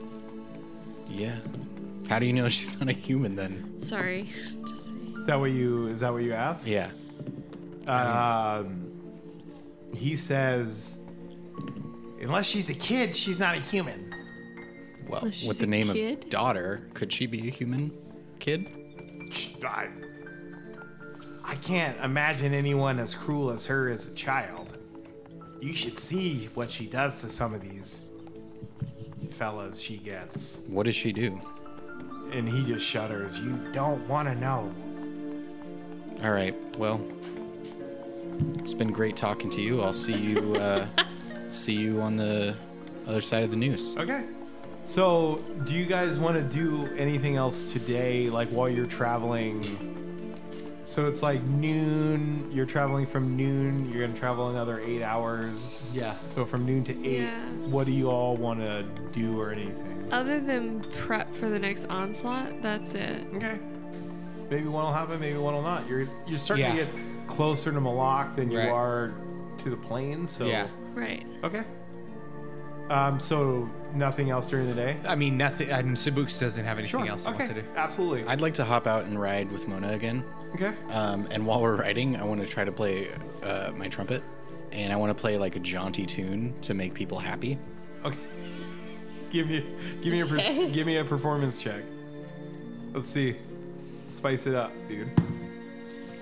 [SPEAKER 5] Yeah. How do you know she's not a human then?
[SPEAKER 3] Sorry. Just saying.
[SPEAKER 1] Is that what you is that what you ask?
[SPEAKER 5] Yeah.
[SPEAKER 1] Um, he says,
[SPEAKER 7] unless she's a kid, she's not a human.
[SPEAKER 5] Well,
[SPEAKER 3] Well, she's
[SPEAKER 5] with the
[SPEAKER 3] a
[SPEAKER 5] name
[SPEAKER 3] kid?
[SPEAKER 5] of daughter, could she be a human kid?
[SPEAKER 7] I, I can't imagine anyone as cruel as her as a child. You should see what she does to some of these fellas she gets.
[SPEAKER 5] What does she do?
[SPEAKER 1] and he just shudders. You
[SPEAKER 7] You don't want to know.
[SPEAKER 5] All right. Well, it's been great talking to you. I'll see you. Uh, see you on the other side of the news.
[SPEAKER 1] Okay. So, do you guys want to do anything else today, like while you're traveling? So it's like noon. You're traveling from noon. You're gonna travel another eight hours.
[SPEAKER 2] Yeah.
[SPEAKER 1] So from noon to eight,
[SPEAKER 3] Yeah.
[SPEAKER 1] what do you all want to do or anything?
[SPEAKER 3] Other than prep for the next onslaught, that's it.
[SPEAKER 1] Okay. Maybe one will happen. Maybe one will not. You're you're starting to
[SPEAKER 2] Yeah.
[SPEAKER 1] get closer to Malak than you
[SPEAKER 2] Right.
[SPEAKER 1] are to the plane. So
[SPEAKER 2] Yeah.
[SPEAKER 3] Right.
[SPEAKER 1] Okay. Um. So nothing else during the day.
[SPEAKER 2] I mean, nothing. I mean, Sabuks doesn't have anything else he
[SPEAKER 1] Okay.
[SPEAKER 2] wants to do.
[SPEAKER 1] Absolutely.
[SPEAKER 5] I'd like to hop out and ride with Mona again.
[SPEAKER 1] Okay.
[SPEAKER 5] Um, and while we're riding, I want to try to play uh, my trumpet, and I want to play like a jaunty tune to make people happy.
[SPEAKER 1] Okay. give me, give me a, per- give me a performance check. Let's see. Spice it up, dude.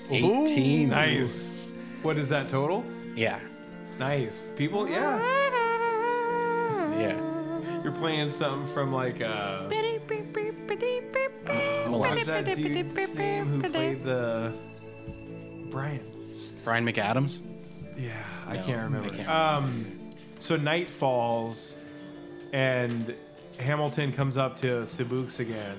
[SPEAKER 5] 18.
[SPEAKER 1] Nice. What is that total?
[SPEAKER 5] Yeah.
[SPEAKER 1] Nice. People, yeah.
[SPEAKER 5] Yeah.
[SPEAKER 1] You're playing something from like uh.
[SPEAKER 5] Malak.
[SPEAKER 1] What's that dude's name who played the Brian?
[SPEAKER 5] Brian McAdams.
[SPEAKER 1] Yeah, I
[SPEAKER 5] No,
[SPEAKER 1] can't remember.
[SPEAKER 5] I can't
[SPEAKER 1] Um, so night falls, and Hamilton comes up to Sabuks again.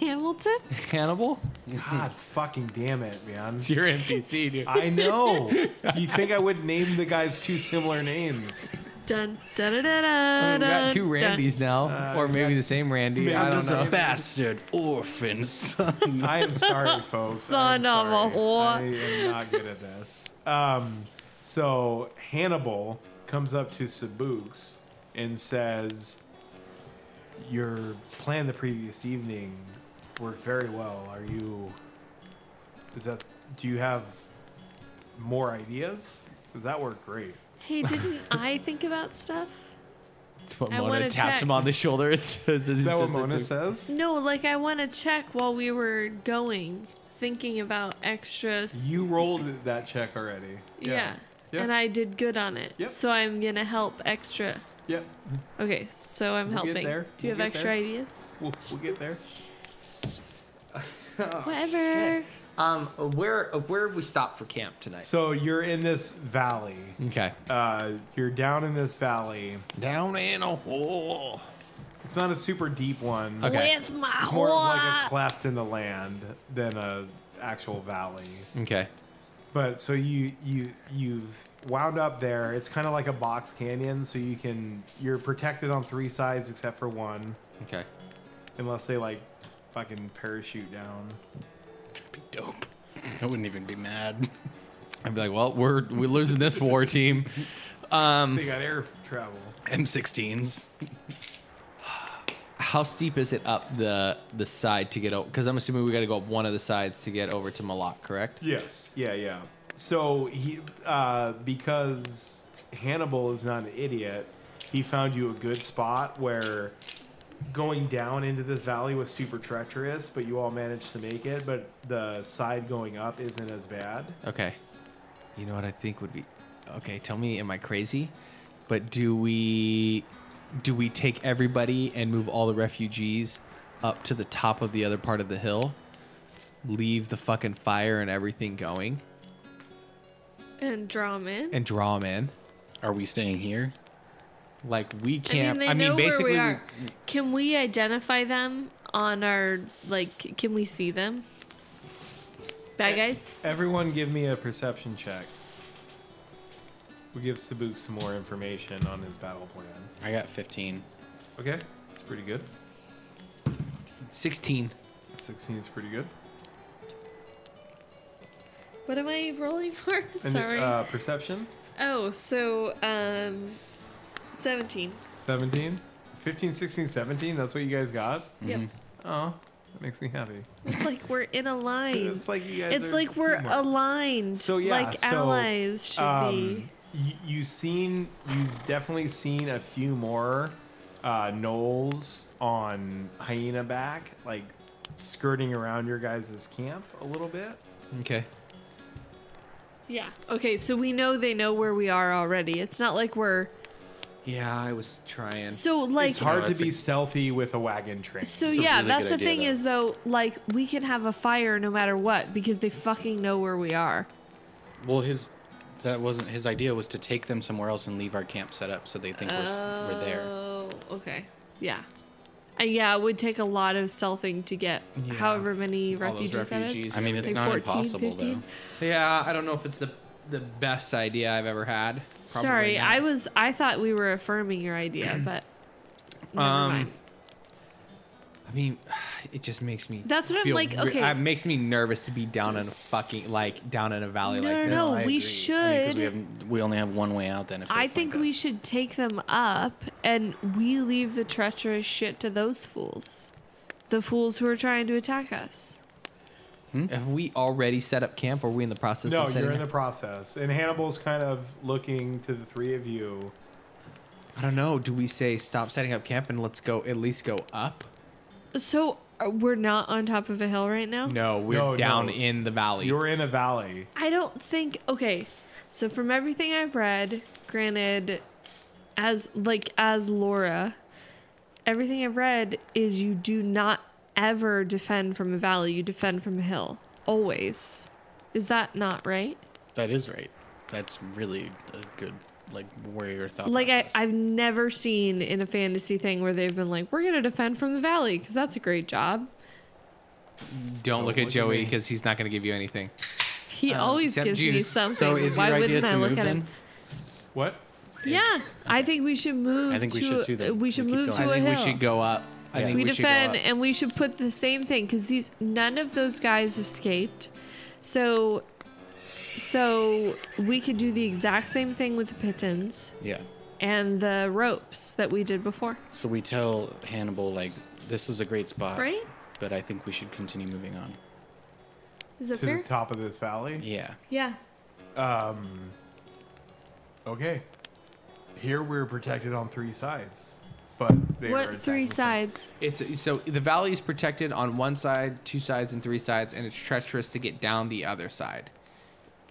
[SPEAKER 3] Hamilton?
[SPEAKER 2] Hannibal?
[SPEAKER 1] God fucking damn it, man.
[SPEAKER 2] It's your NPC, dude.
[SPEAKER 1] I know. you think I would name the guys two similar names?
[SPEAKER 3] Dun, dun, dun,
[SPEAKER 1] Oh,
[SPEAKER 2] We've got
[SPEAKER 3] dun, dun, dun,
[SPEAKER 2] two
[SPEAKER 3] dun.
[SPEAKER 2] Randy's now, or maybe the same Randy. I don't
[SPEAKER 5] Does
[SPEAKER 2] know.
[SPEAKER 5] a bastard orphan son.
[SPEAKER 1] I am sorry, folks.
[SPEAKER 3] Son
[SPEAKER 1] I'm
[SPEAKER 3] of a
[SPEAKER 1] sorry.
[SPEAKER 3] whore.
[SPEAKER 1] I am not good at this. Um, so Hannibal comes up to Sabuks and says, "Your plan the previous evening worked very well. Are you? Is that? Do you have more ideas? Does that work great?"
[SPEAKER 3] Hey, didn't I think about stuff?
[SPEAKER 2] That's what
[SPEAKER 3] I
[SPEAKER 2] Mona
[SPEAKER 3] wanna
[SPEAKER 2] taps
[SPEAKER 3] check.
[SPEAKER 2] him on the shoulder. and says-
[SPEAKER 1] Is that what
[SPEAKER 2] says-
[SPEAKER 1] Mona says?
[SPEAKER 3] No, like I want to check while we were going, thinking about extras.
[SPEAKER 1] You rolled that check already.
[SPEAKER 3] yeah.
[SPEAKER 1] Yeah.
[SPEAKER 3] And I did good on it.
[SPEAKER 1] Yep.
[SPEAKER 3] So I'm going to help extra.
[SPEAKER 1] Yep.
[SPEAKER 3] Okay, so I'm
[SPEAKER 1] We'll get
[SPEAKER 3] helping.
[SPEAKER 1] there.
[SPEAKER 3] Do you
[SPEAKER 1] We'll
[SPEAKER 3] have
[SPEAKER 1] get
[SPEAKER 3] extra
[SPEAKER 1] there.
[SPEAKER 3] ideas?
[SPEAKER 1] We'll, we'll get there. Oh,
[SPEAKER 3] Whatever.
[SPEAKER 8] Um, where where have we stopped for camp tonight?
[SPEAKER 1] So you're in this valley.
[SPEAKER 2] Okay.
[SPEAKER 1] Uh, you're down in this valley.
[SPEAKER 5] Down in a hole.
[SPEAKER 1] It's not a super deep one.
[SPEAKER 2] Okay.
[SPEAKER 3] With my
[SPEAKER 1] It's more of like a
[SPEAKER 3] wallet.
[SPEAKER 1] cleft in the land than a actual valley.
[SPEAKER 2] Okay.
[SPEAKER 1] But so you you you've wound up there. It's kind of like a box canyon, so you can you're protected on three sides except for one,
[SPEAKER 2] Okay.
[SPEAKER 1] unless they like fucking parachute down.
[SPEAKER 5] That'd be dope. I wouldn't even be mad.
[SPEAKER 2] I'd be like, well, we're we're losing this war team. Um,
[SPEAKER 1] They got air travel.
[SPEAKER 5] M16s.
[SPEAKER 2] how steep is it up the the side to get over? Because I'm assuming we got to go up one of the sides to get over to Malak, correct?
[SPEAKER 1] Yes. Yeah. Yeah. So he uh, because Hannibal is not an idiot, he found you a good spot where going down into this valley was super treacherous, but you all managed to make it. But the side going up isn't as bad.
[SPEAKER 2] Okay. You know what I think would be okay. Tell me, am I crazy? But do we do we take everybody and move all the refugees up to the top of the other part of the hill? Leave the fucking fire and everything going
[SPEAKER 3] And draw 'em in.
[SPEAKER 2] and draw them in.
[SPEAKER 5] Are we staying here?
[SPEAKER 2] Like we
[SPEAKER 3] I mean,
[SPEAKER 2] can't.
[SPEAKER 3] they
[SPEAKER 2] I mean,
[SPEAKER 3] know
[SPEAKER 2] basically,
[SPEAKER 3] where we
[SPEAKER 2] we-
[SPEAKER 3] are. Can we identify them on our like? Can we see them?
[SPEAKER 1] Eh,
[SPEAKER 3] Bad guys.
[SPEAKER 1] Everyone, give me a perception check. We give Sabuk some more information on his battle plan.
[SPEAKER 5] I got 15.
[SPEAKER 1] Okay, it's pretty good.
[SPEAKER 2] sixteen.
[SPEAKER 1] Sixteen is pretty good.
[SPEAKER 3] What am I rolling for?
[SPEAKER 1] And,
[SPEAKER 3] Sorry.
[SPEAKER 1] Uh, perception.
[SPEAKER 3] oh, so um, seventeen.
[SPEAKER 1] 17 15 16 17 that's what you guys got
[SPEAKER 2] Mm-hmm.
[SPEAKER 3] Yep.
[SPEAKER 1] oh that makes me happy
[SPEAKER 3] It's like we're in a line.
[SPEAKER 1] it's like you guys
[SPEAKER 3] It's
[SPEAKER 1] are
[SPEAKER 3] like we're
[SPEAKER 1] teamwork.
[SPEAKER 3] aligned.
[SPEAKER 1] So, yeah,
[SPEAKER 3] like
[SPEAKER 1] so,
[SPEAKER 3] allies should be.
[SPEAKER 1] um, you, you've seen you've definitely seen a few more uh knolls on hyena back like skirting around your guys' camp a little bit
[SPEAKER 2] Okay.
[SPEAKER 3] Yeah. Okay, so we know they know where we are already. It's not like we're
[SPEAKER 2] Yeah, I was trying.
[SPEAKER 3] so like
[SPEAKER 1] it's hard
[SPEAKER 5] that's
[SPEAKER 1] to be
[SPEAKER 5] a-
[SPEAKER 1] stealthy with a wagon train
[SPEAKER 3] So
[SPEAKER 2] It's a
[SPEAKER 3] yeah,
[SPEAKER 2] really
[SPEAKER 3] that's the
[SPEAKER 2] good idea,
[SPEAKER 3] thing
[SPEAKER 2] though.
[SPEAKER 3] is though, like we can have a fire no matter what because they fucking know where we are.
[SPEAKER 5] Well, his that wasn't his idea was to take them somewhere else and leave our camp set up so they think we're, s- we're there.
[SPEAKER 3] Oh, okay. Yeah. Uh, yeah, it would take a lot of stealthing to get however many
[SPEAKER 2] All those
[SPEAKER 3] refugees, that is.
[SPEAKER 2] refugees.
[SPEAKER 5] I mean, it's
[SPEAKER 3] Like
[SPEAKER 5] not
[SPEAKER 3] 14,
[SPEAKER 5] impossible
[SPEAKER 3] 15?
[SPEAKER 2] Yeah, I don't know if it's the the best idea I've ever had. Probably
[SPEAKER 3] Sorry,
[SPEAKER 2] not.
[SPEAKER 3] I was I thought we were affirming your idea, but never
[SPEAKER 2] Um,
[SPEAKER 3] mind.
[SPEAKER 2] I mean, it just makes me.
[SPEAKER 3] That's what I'm
[SPEAKER 2] feel
[SPEAKER 3] like,
[SPEAKER 2] re-
[SPEAKER 3] okay.
[SPEAKER 2] It makes me nervous to be down in a fucking like down in a valley
[SPEAKER 3] No,
[SPEAKER 2] like
[SPEAKER 3] no,
[SPEAKER 2] this.
[SPEAKER 3] no, Oh, we
[SPEAKER 5] though.
[SPEAKER 3] should
[SPEAKER 5] Because we have we only have one way out then. If they
[SPEAKER 3] I
[SPEAKER 5] flank
[SPEAKER 3] think we
[SPEAKER 5] us.
[SPEAKER 3] should take them up and we leave the treacherous shit to those fools. The fools who are trying to attack us.
[SPEAKER 2] Have we already set up camp? Or are we in the process?
[SPEAKER 1] no
[SPEAKER 2] of setting
[SPEAKER 1] you're in
[SPEAKER 2] up?
[SPEAKER 1] the process and hannibal's kind of looking to the three of you
[SPEAKER 2] I don't know. Do we say stop setting up camp and let's go at least go up?
[SPEAKER 3] So uh, we're not on top of a hill right now?
[SPEAKER 2] No, we're
[SPEAKER 1] No,
[SPEAKER 2] down
[SPEAKER 1] no.
[SPEAKER 2] in the valley.
[SPEAKER 1] you're in a valley
[SPEAKER 3] I don't think okay. So from everything I've read, granted as like as Laura, everything I've read is you do not ever defend from a valley, you defend from a hill. Always. Is that not right?
[SPEAKER 5] That is right. That's really a good like warrior thought.
[SPEAKER 3] Like I,
[SPEAKER 5] process.
[SPEAKER 3] I've never seen in a fantasy thing where they've been like, "We're gonna defend from the valley because that's a great job."
[SPEAKER 2] don't
[SPEAKER 1] what
[SPEAKER 2] look at
[SPEAKER 1] do you
[SPEAKER 2] Joey
[SPEAKER 1] mean?
[SPEAKER 2] because he's not going to give you anything.
[SPEAKER 3] He
[SPEAKER 2] Um,
[SPEAKER 3] always
[SPEAKER 2] that
[SPEAKER 3] gives me
[SPEAKER 2] juice.
[SPEAKER 3] something.
[SPEAKER 5] so is
[SPEAKER 3] Why
[SPEAKER 5] your idea
[SPEAKER 3] wouldn't I
[SPEAKER 5] to
[SPEAKER 3] look
[SPEAKER 5] move
[SPEAKER 3] at him?
[SPEAKER 5] then?
[SPEAKER 1] what
[SPEAKER 3] Yeah, I think we should move.
[SPEAKER 5] I think
[SPEAKER 3] to,
[SPEAKER 5] we should too, then.
[SPEAKER 3] We should
[SPEAKER 5] We keep
[SPEAKER 3] move
[SPEAKER 5] going.
[SPEAKER 3] to
[SPEAKER 2] I
[SPEAKER 3] a
[SPEAKER 2] think we
[SPEAKER 3] hill.
[SPEAKER 2] should go up. I
[SPEAKER 5] Yeah.
[SPEAKER 2] think
[SPEAKER 3] we
[SPEAKER 2] we, should
[SPEAKER 3] defend
[SPEAKER 2] go up.
[SPEAKER 3] and we should put the same thing because these none of those guys escaped so so we could do the exact same thing with the pittons
[SPEAKER 5] Yeah.
[SPEAKER 3] and the ropes that we did before
[SPEAKER 5] So we tell Hannibal like this is a great spot,
[SPEAKER 3] Right?
[SPEAKER 5] But I think we should continue moving on.
[SPEAKER 3] is that
[SPEAKER 1] to
[SPEAKER 3] fair
[SPEAKER 1] the top of this valley.
[SPEAKER 5] Yeah.
[SPEAKER 3] yeah
[SPEAKER 1] Okay. Here we're protected on three sides, but they are
[SPEAKER 3] what three
[SPEAKER 1] attacking from-
[SPEAKER 3] sides
[SPEAKER 2] It's so the valley is protected on one side, two sides, and three sides, and it's treacherous to get down the other side.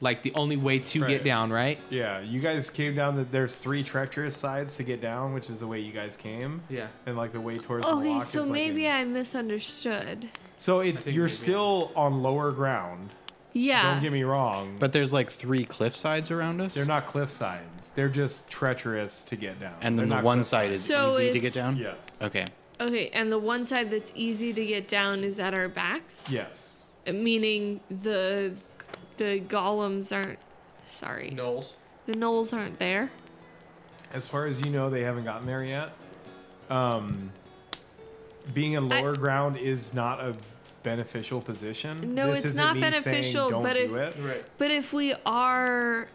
[SPEAKER 2] Like the only way to
[SPEAKER 1] Right.
[SPEAKER 2] get down, right?
[SPEAKER 1] Yeah, you guys came down. The, there's three treacherous sides to get down, which is the way you guys came.
[SPEAKER 2] Yeah.
[SPEAKER 1] and like the way towards.
[SPEAKER 3] Oh, okay
[SPEAKER 1] Malak
[SPEAKER 3] so
[SPEAKER 1] is, like,
[SPEAKER 3] maybe
[SPEAKER 1] in-
[SPEAKER 3] i misunderstood
[SPEAKER 1] So it, you're still on lower ground.
[SPEAKER 3] yeah
[SPEAKER 1] Don't get me wrong.
[SPEAKER 5] But there's like three cliff sides around us.
[SPEAKER 1] they're not cliff sides. They're just treacherous to get down.
[SPEAKER 5] And
[SPEAKER 1] They're
[SPEAKER 5] then the
[SPEAKER 1] not
[SPEAKER 5] one
[SPEAKER 1] cliff
[SPEAKER 5] side is
[SPEAKER 3] So
[SPEAKER 5] easy to
[SPEAKER 3] it's-
[SPEAKER 5] get down.
[SPEAKER 1] Yes.
[SPEAKER 5] Okay.
[SPEAKER 3] okay and the one side that's easy to get down is at our backs
[SPEAKER 1] Yes.
[SPEAKER 3] meaning the the golems aren't sorry
[SPEAKER 9] Knowles.
[SPEAKER 3] the knolls aren't there
[SPEAKER 1] As far as you know, they haven't gotten there yet. Um, being in lower ground is not a beneficial position.
[SPEAKER 3] No,
[SPEAKER 1] This
[SPEAKER 3] it's
[SPEAKER 1] isn't
[SPEAKER 3] not
[SPEAKER 1] me saying
[SPEAKER 3] beneficial,
[SPEAKER 1] don't
[SPEAKER 3] but
[SPEAKER 1] do
[SPEAKER 3] if-
[SPEAKER 1] it. Right.
[SPEAKER 3] But if we are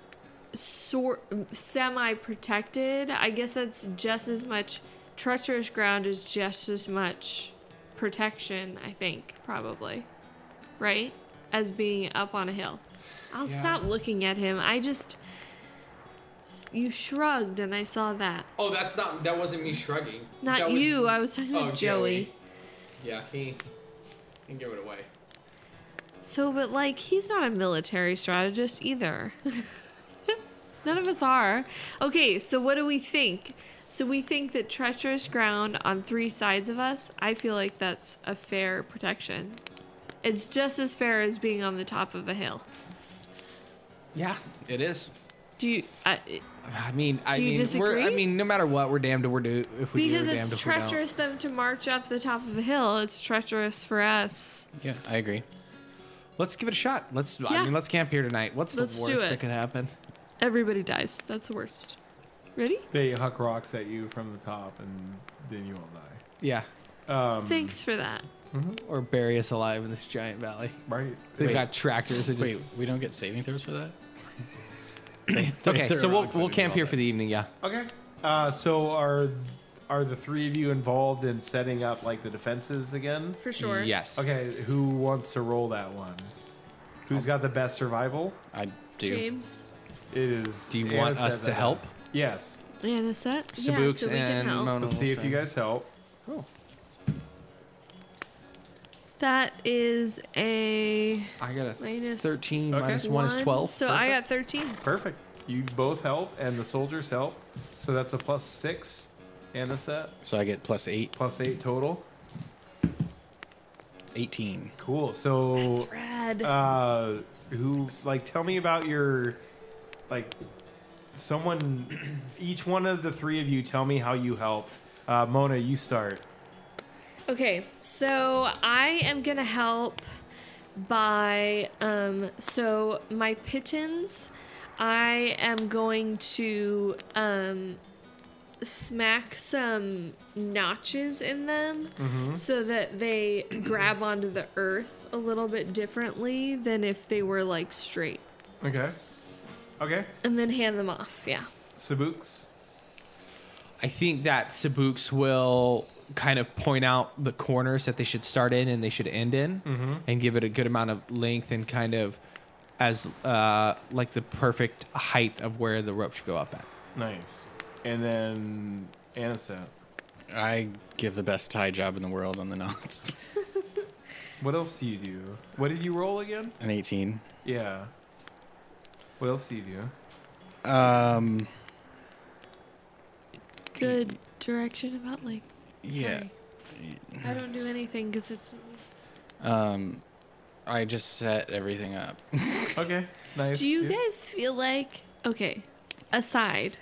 [SPEAKER 3] sort semi protected, I guess that's just as much treacherous ground is just as much protection, I think, probably. Right? As being up on a hill. I'll stop looking at him. I just you shrugged and I saw that.
[SPEAKER 2] Oh, that's not. That wasn't me shrugging.
[SPEAKER 3] Not
[SPEAKER 2] That was-
[SPEAKER 3] you, I was talking about
[SPEAKER 2] oh,
[SPEAKER 3] Joey.
[SPEAKER 2] Yeah, he can give it away.
[SPEAKER 3] So but like he's not a military strategist either. None of us are. Okay, so what do we think? So we think that treacherous ground on three sides of us, I feel like that's a fair protection. It's just as fair as being on the top of a hill.
[SPEAKER 2] Yeah, it is.
[SPEAKER 3] Do you I,
[SPEAKER 2] I mean, I
[SPEAKER 3] Do you
[SPEAKER 2] mean, we're. I
[SPEAKER 3] disagree?
[SPEAKER 2] mean, no matter what, we're damned if we're do if we
[SPEAKER 3] because
[SPEAKER 2] do, we're
[SPEAKER 3] it's
[SPEAKER 2] damned if we don't.
[SPEAKER 3] treacherous them to march up the top of a hill. It's treacherous for us.
[SPEAKER 5] Yeah, I agree.
[SPEAKER 2] Let's give it a shot. Let's.
[SPEAKER 3] Yeah.
[SPEAKER 2] I mean, let's camp here tonight. What's the
[SPEAKER 3] Let's do
[SPEAKER 2] worst
[SPEAKER 3] it.
[SPEAKER 2] that could happen?
[SPEAKER 3] Everybody dies. That's the worst. Ready?
[SPEAKER 1] They huck rocks at you from the top, and then you all die.
[SPEAKER 2] Yeah, Um,
[SPEAKER 3] Thanks for that.
[SPEAKER 2] or bury us alive in this giant valley.
[SPEAKER 1] Right.
[SPEAKER 2] They've got tractors. That just,
[SPEAKER 5] Wait, we don't get saving throws for that?
[SPEAKER 2] Okay, so we'll we'll camp here
[SPEAKER 5] for the.
[SPEAKER 2] for the evening. Yeah.
[SPEAKER 1] Okay. Uh, so are are the three of you involved in setting up like the defenses again?
[SPEAKER 3] For sure.
[SPEAKER 2] Yes.
[SPEAKER 1] Okay. Who wants to roll that one? Who's got the best survival?
[SPEAKER 5] I do.
[SPEAKER 3] James.
[SPEAKER 1] It is.
[SPEAKER 2] Do you want us
[SPEAKER 1] Anisette
[SPEAKER 2] to
[SPEAKER 1] that
[SPEAKER 2] help?
[SPEAKER 1] has- Yes.
[SPEAKER 3] Anna set? yeah,
[SPEAKER 2] Sabuks
[SPEAKER 3] so we can
[SPEAKER 2] and
[SPEAKER 3] help.
[SPEAKER 2] Mona.
[SPEAKER 1] Let's
[SPEAKER 2] will
[SPEAKER 1] see if
[SPEAKER 2] try.
[SPEAKER 1] you guys help.
[SPEAKER 3] That is a
[SPEAKER 2] I got a
[SPEAKER 3] Minus
[SPEAKER 2] thirteen
[SPEAKER 1] Okay.
[SPEAKER 2] minus one, is twelve.
[SPEAKER 3] So I got 13.
[SPEAKER 1] Perfect. You both help, and the soldiers help. So that's a plus six, and a set
[SPEAKER 5] So I get plus 8,
[SPEAKER 1] plus eight total.
[SPEAKER 5] 18.
[SPEAKER 1] Cool. So,
[SPEAKER 3] That's rad.
[SPEAKER 1] uh, who like tell me about your like someone? Each one of the three of you, tell me how you helped. Uh, Mona, you start.
[SPEAKER 3] Okay, so I am gonna help by um so my pittons I am going to um smack some notches in them
[SPEAKER 2] Mm-hmm.
[SPEAKER 3] so that they grab onto the earth a little bit differently than if they were like straight
[SPEAKER 1] Okay. Okay.
[SPEAKER 3] and then hand them off. Yeah.
[SPEAKER 1] Sabuks.
[SPEAKER 2] I think that Sabuks will kind of point out the corners that they should start in and they should end in,
[SPEAKER 1] Mm-hmm.
[SPEAKER 2] and give it a good amount of length and kind of as uh, like the perfect height of where the rope should go up at.
[SPEAKER 1] Nice. And then Anisette.
[SPEAKER 5] I give the best tie job in the world on the knots.
[SPEAKER 1] What else do you do? What did you roll again?
[SPEAKER 5] An 18.
[SPEAKER 1] Yeah. What else do you do?
[SPEAKER 5] Um,
[SPEAKER 3] Good direction about like
[SPEAKER 5] yeah.
[SPEAKER 3] I don't do anything because it's
[SPEAKER 5] Um, I just set everything up.
[SPEAKER 1] Okay. Nice.
[SPEAKER 3] Do you
[SPEAKER 1] Yeah.
[SPEAKER 3] guys feel like okay? Aside,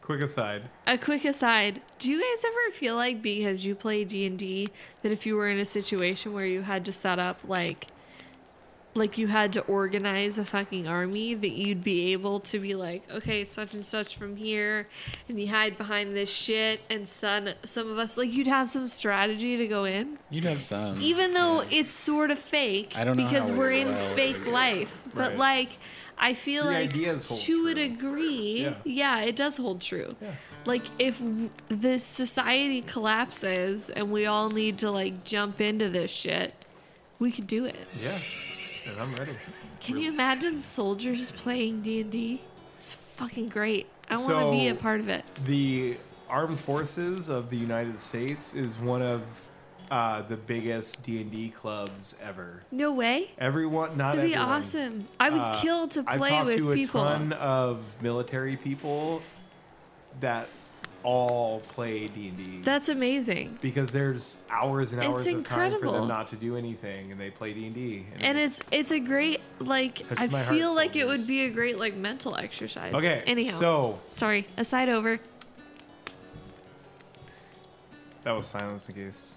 [SPEAKER 1] Quick aside.
[SPEAKER 3] a quick aside. Do you guys ever feel like because you play D and D that if you were in a situation where you had to set up like like you had to organize a fucking army that you'd be able to be like, okay, such and such from here, and you hide behind this shit, and some some of us like you'd have some strategy to go in,
[SPEAKER 5] You'd have some.
[SPEAKER 3] even though it's sort of fake.
[SPEAKER 5] I don't know
[SPEAKER 3] because
[SPEAKER 5] how we
[SPEAKER 3] we're
[SPEAKER 5] would
[SPEAKER 3] in
[SPEAKER 5] allow it.
[SPEAKER 3] fake life, but like I feel like to
[SPEAKER 1] ideas hold
[SPEAKER 3] a degree, yeah. it does hold true. Like if w- this society collapses and we all need to like jump into this shit, we could do it.
[SPEAKER 1] Yeah, and I'm ready.
[SPEAKER 3] Can you imagine soldiers playing D and D? It's fucking great. I want to be a
[SPEAKER 1] So-
[SPEAKER 3] part of it.
[SPEAKER 1] The Armed Forces of the United States is one of uh, the biggest D and D clubs ever.
[SPEAKER 3] No way.
[SPEAKER 1] Everyone, not
[SPEAKER 3] That'd be
[SPEAKER 1] everyone.
[SPEAKER 3] awesome. I would
[SPEAKER 1] Uh,
[SPEAKER 3] kill to
[SPEAKER 1] I've
[SPEAKER 3] play
[SPEAKER 1] talked
[SPEAKER 3] with
[SPEAKER 1] to a
[SPEAKER 3] people.
[SPEAKER 1] ton of military people that all play D and D.
[SPEAKER 3] That's amazing.
[SPEAKER 1] because there's hours and
[SPEAKER 3] It's
[SPEAKER 1] hours of time for
[SPEAKER 3] incredible.
[SPEAKER 1] them not to do anything, and they play D and D.
[SPEAKER 3] And it's it's a great like
[SPEAKER 1] Touched
[SPEAKER 3] I
[SPEAKER 1] my heart,
[SPEAKER 3] feel like it would
[SPEAKER 1] soldiers.
[SPEAKER 3] be a great like mental exercise.
[SPEAKER 1] okay.
[SPEAKER 3] Anyhow.
[SPEAKER 1] so
[SPEAKER 3] sorry. Aside over.
[SPEAKER 1] that was silence in case.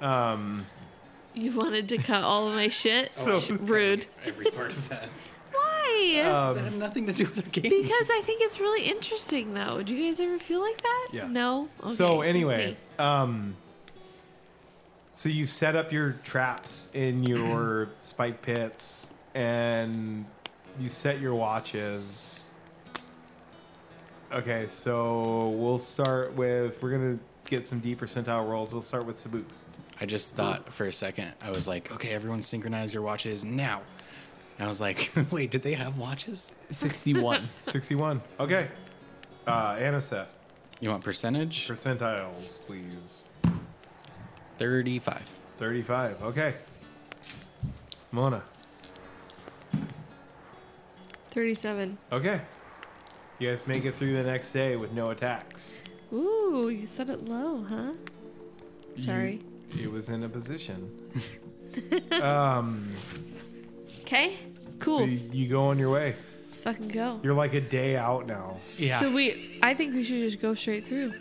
[SPEAKER 1] Um,
[SPEAKER 3] You wanted to cut all of my shit. Sh- rude.
[SPEAKER 5] every part of that.
[SPEAKER 3] Why?
[SPEAKER 1] um,
[SPEAKER 10] had nothing to do with the game.
[SPEAKER 3] because I think it's really interesting though. Do you guys ever feel like that?
[SPEAKER 1] Yes.
[SPEAKER 3] No.
[SPEAKER 1] so
[SPEAKER 3] Okay, just
[SPEAKER 1] anyway,
[SPEAKER 3] me.
[SPEAKER 1] um, so you set up your traps in your spike pits, and you set your watches. Okay, so we'll start with we're gonna get some D percentile rolls. We'll start with Sabuks.
[SPEAKER 5] I just thought for a second, I was like, okay, everyone synchronize your watches now. And I was like, wait, did they have watches?
[SPEAKER 2] 61.
[SPEAKER 1] Sixty-one. Okay, uh, Anisette,
[SPEAKER 5] You want percentage?
[SPEAKER 1] percentiles, please.
[SPEAKER 5] 35.
[SPEAKER 1] Thirty-five. Okay, Mona.
[SPEAKER 3] Thirty-seven.
[SPEAKER 1] Okay. You guys make it through the next day with no attacks.
[SPEAKER 3] Ooh, you set it low, huh? Sorry.
[SPEAKER 1] It was in a position.
[SPEAKER 3] Okay. Cool.
[SPEAKER 1] So you, you go on your way.
[SPEAKER 3] Let's fucking go.
[SPEAKER 1] You're like a day out now.
[SPEAKER 2] Yeah.
[SPEAKER 3] So we, I think we should just go straight through.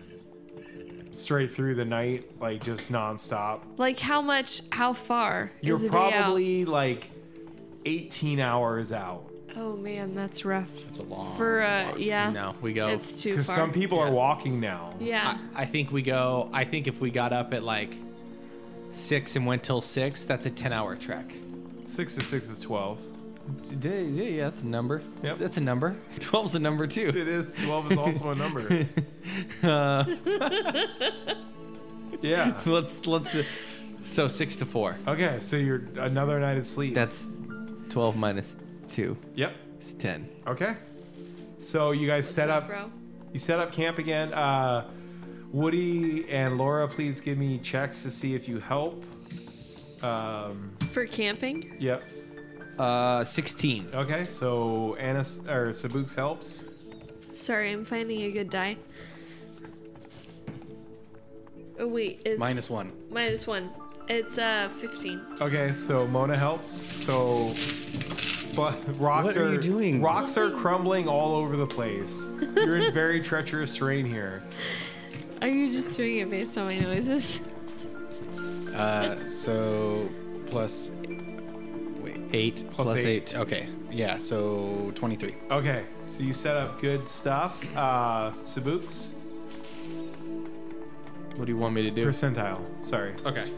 [SPEAKER 1] Straight through the night, like just nonstop.
[SPEAKER 3] Like how much? How far
[SPEAKER 1] You're
[SPEAKER 3] is a day
[SPEAKER 1] probably like 18 hours out.
[SPEAKER 3] out? Oh man, that's rough.
[SPEAKER 5] It's a long.
[SPEAKER 3] For uh, yeah,
[SPEAKER 2] no, we go.
[SPEAKER 3] it's too
[SPEAKER 1] Because
[SPEAKER 3] far.
[SPEAKER 1] some people are walking now.
[SPEAKER 3] yeah,
[SPEAKER 2] I, I think we go. I think if we got up at like six and went till six, that's a 10 hour trek.
[SPEAKER 1] Six to six is 12.
[SPEAKER 2] Yeah, yeah, yeah, that's a number.
[SPEAKER 1] Yep.
[SPEAKER 2] That's a number. 12's a number too.
[SPEAKER 1] It is. 12 is also a number.
[SPEAKER 2] Uh,
[SPEAKER 1] Yeah.
[SPEAKER 2] let's let's. Uh, so six to four.
[SPEAKER 1] Okay, so you're another night of sleep.
[SPEAKER 2] That's 12 minus two.
[SPEAKER 1] yep.
[SPEAKER 2] It's 10.
[SPEAKER 1] Okay. So you guys set up.
[SPEAKER 3] bro.
[SPEAKER 1] You set up camp again. Uh, Woody and Laura, please give me checks to see if you help. Um,
[SPEAKER 3] For camping,
[SPEAKER 1] yep.
[SPEAKER 2] Uh, 16.
[SPEAKER 1] Okay. So Anna or Sabuks helps.
[SPEAKER 3] sorry, I'm finding a good die. Oh wait, it's
[SPEAKER 5] Minus one.
[SPEAKER 3] Minus one. It's uh fifteen.
[SPEAKER 1] Okay. So Mona helps. So, but rocks
[SPEAKER 10] What
[SPEAKER 1] are,
[SPEAKER 10] are you doing?
[SPEAKER 1] Rocks are crumbling all over the place. You're in very treacherous terrain here.
[SPEAKER 3] Are you just doing it based on my noises?
[SPEAKER 5] Uh, so plus. Wait.
[SPEAKER 2] Eight plus,
[SPEAKER 1] Plus
[SPEAKER 2] plus
[SPEAKER 1] eight. Oh.
[SPEAKER 2] eight.
[SPEAKER 5] Okay. Yeah. So 23.
[SPEAKER 1] Okay. So you set up good stuff. Uh, Sabuks
[SPEAKER 2] What do you want me to do?
[SPEAKER 1] percentile. Sorry,
[SPEAKER 2] okay.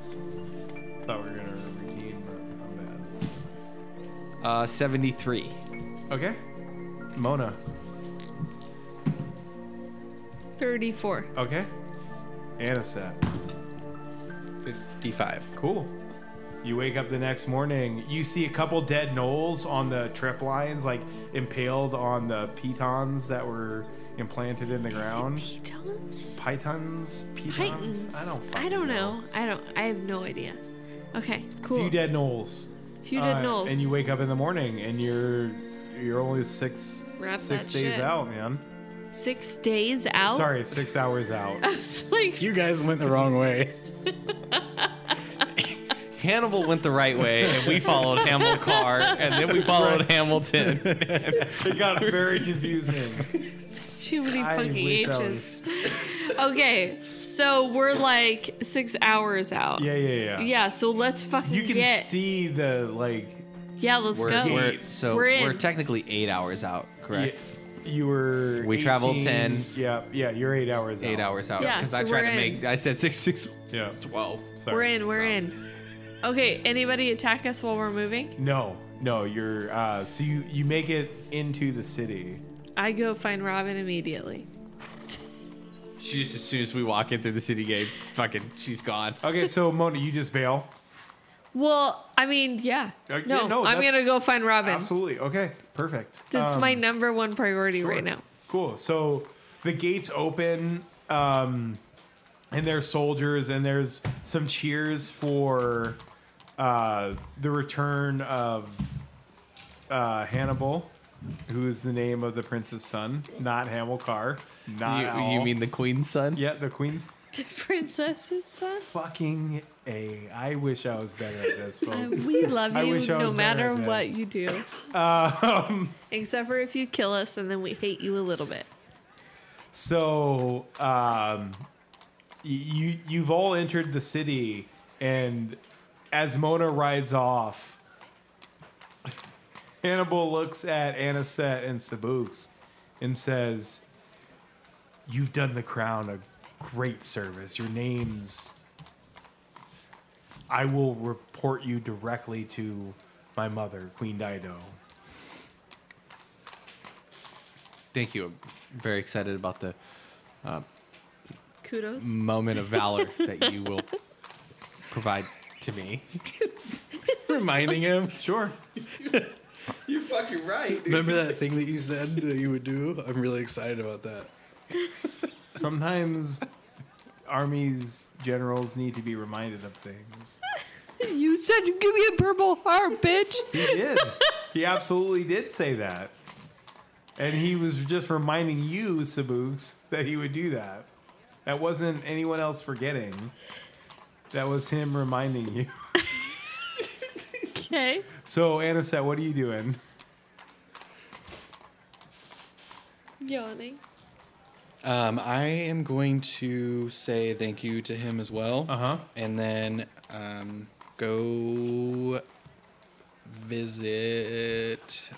[SPEAKER 1] thought we were gonna redeem, but I'm bad.
[SPEAKER 2] Uh, 73.
[SPEAKER 1] Okay. Mona.
[SPEAKER 3] Thirty-four.
[SPEAKER 1] Okay. Anisette.
[SPEAKER 5] 55.
[SPEAKER 1] Cool. You wake up the next morning. You see a couple dead gnolls on the trip lines, like impaled on the pitons that were implanted in the ground.
[SPEAKER 3] Pitons?
[SPEAKER 1] Pythons? Pitons?
[SPEAKER 3] Pythons.
[SPEAKER 1] I don't.
[SPEAKER 3] I
[SPEAKER 1] fucking
[SPEAKER 3] don't know. I don't. I have no idea. Okay, cool.
[SPEAKER 1] Few dead gnolls.
[SPEAKER 3] Few
[SPEAKER 1] Uh,
[SPEAKER 3] dead gnolls.
[SPEAKER 1] And you wake up in the morning, and you're you're only six
[SPEAKER 3] Wrap
[SPEAKER 1] six
[SPEAKER 3] that
[SPEAKER 1] days
[SPEAKER 3] shit. Oh.
[SPEAKER 1] out, man.
[SPEAKER 3] six days out.
[SPEAKER 1] Sorry, six hours out.
[SPEAKER 3] I was like,
[SPEAKER 5] You guys went the wrong way.
[SPEAKER 2] Hannibal went the right way, and we followed Hamilton Carr, and then we followed Hamilton.
[SPEAKER 1] it got very confusing.
[SPEAKER 3] too many
[SPEAKER 1] I
[SPEAKER 3] fucking
[SPEAKER 1] wish I
[SPEAKER 3] H's.
[SPEAKER 1] was.
[SPEAKER 3] Okay, so we're like six hours out.
[SPEAKER 1] Yeah, yeah, yeah.
[SPEAKER 3] Yeah, so let's fucking
[SPEAKER 1] You can
[SPEAKER 3] get.
[SPEAKER 1] see the like
[SPEAKER 3] Yeah, let's
[SPEAKER 2] We're,
[SPEAKER 3] go.
[SPEAKER 2] we're- so
[SPEAKER 3] We're
[SPEAKER 2] we're,
[SPEAKER 3] in.
[SPEAKER 2] technically eight hours out, correct?
[SPEAKER 1] You were.
[SPEAKER 2] We traveled 10.
[SPEAKER 1] Yeah, yeah. You're eight hours.
[SPEAKER 2] Eight
[SPEAKER 1] out.
[SPEAKER 2] hours out
[SPEAKER 3] Yeah,
[SPEAKER 2] because I
[SPEAKER 3] so
[SPEAKER 2] tried
[SPEAKER 3] we're
[SPEAKER 2] to
[SPEAKER 3] in.
[SPEAKER 2] make. I said six six
[SPEAKER 1] Yeah.
[SPEAKER 2] twelve.
[SPEAKER 1] Sorry.
[SPEAKER 3] We're in. We're in. Okay. Anybody attack us while we're moving?
[SPEAKER 1] No, no. You're. Uh, so you you make it into the city.
[SPEAKER 3] I go find Robin immediately.
[SPEAKER 2] She just as soon as we walk in through the city gates, fucking, she's gone.
[SPEAKER 1] Okay, so Mona, you just bail.
[SPEAKER 3] Well, I mean, yeah.
[SPEAKER 1] Uh, yeah,
[SPEAKER 3] No,
[SPEAKER 1] no,
[SPEAKER 3] I'm
[SPEAKER 1] that's-
[SPEAKER 3] gonna go find Robin.
[SPEAKER 1] Absolutely. Okay. Perfect.
[SPEAKER 3] That's
[SPEAKER 1] Um,
[SPEAKER 3] my number one priority
[SPEAKER 1] Sure.
[SPEAKER 3] right now.
[SPEAKER 1] Cool. So the gates open, um, and there's soldiers, and there's some cheers for uh, the return of uh, Hannibal, who is the name of the prince's son, not Hamilcar. Not at
[SPEAKER 2] You, you
[SPEAKER 1] all.
[SPEAKER 2] mean the queen's son?
[SPEAKER 1] yeah, the queen's
[SPEAKER 3] Princess's son.
[SPEAKER 1] fucking a. I wish I was better at this,
[SPEAKER 3] Uh,
[SPEAKER 1] folks.
[SPEAKER 3] we love
[SPEAKER 1] Oh. I
[SPEAKER 3] you
[SPEAKER 1] wish I
[SPEAKER 3] no
[SPEAKER 1] was better
[SPEAKER 3] matter
[SPEAKER 1] at
[SPEAKER 3] what
[SPEAKER 1] this.
[SPEAKER 3] you do.
[SPEAKER 1] um,
[SPEAKER 3] Except for if you kill us and then we hate you a little bit.
[SPEAKER 1] So um, y- you you've all entered the city, and as Mona rides off, Hannibal looks at Anisette and Sabuks and says, "You've done the crown a great service. Your names." I will report you directly to my mother, Queen Dido.
[SPEAKER 2] Thank you. I'm very excited about the
[SPEAKER 3] Kudos.
[SPEAKER 2] moment of valor that you will provide to me. reminding him.
[SPEAKER 1] Sure.
[SPEAKER 8] You're fucking right.
[SPEAKER 4] Remember that thing that you said that you would do? I'm really excited about that.
[SPEAKER 1] Sometimes armies, generals need to be reminded of things.
[SPEAKER 3] You said you give me a purple heart, bitch.
[SPEAKER 1] He did. he absolutely did say that. And he was just reminding you, Saboogs, that he would do that. That wasn't anyone else forgetting. That was him reminding you.
[SPEAKER 3] Okay.
[SPEAKER 1] So, Anisette, what are you doing?
[SPEAKER 3] Yawning.
[SPEAKER 5] Um, I am going to say thank you to him as well.
[SPEAKER 1] huh.
[SPEAKER 5] And then um, go visit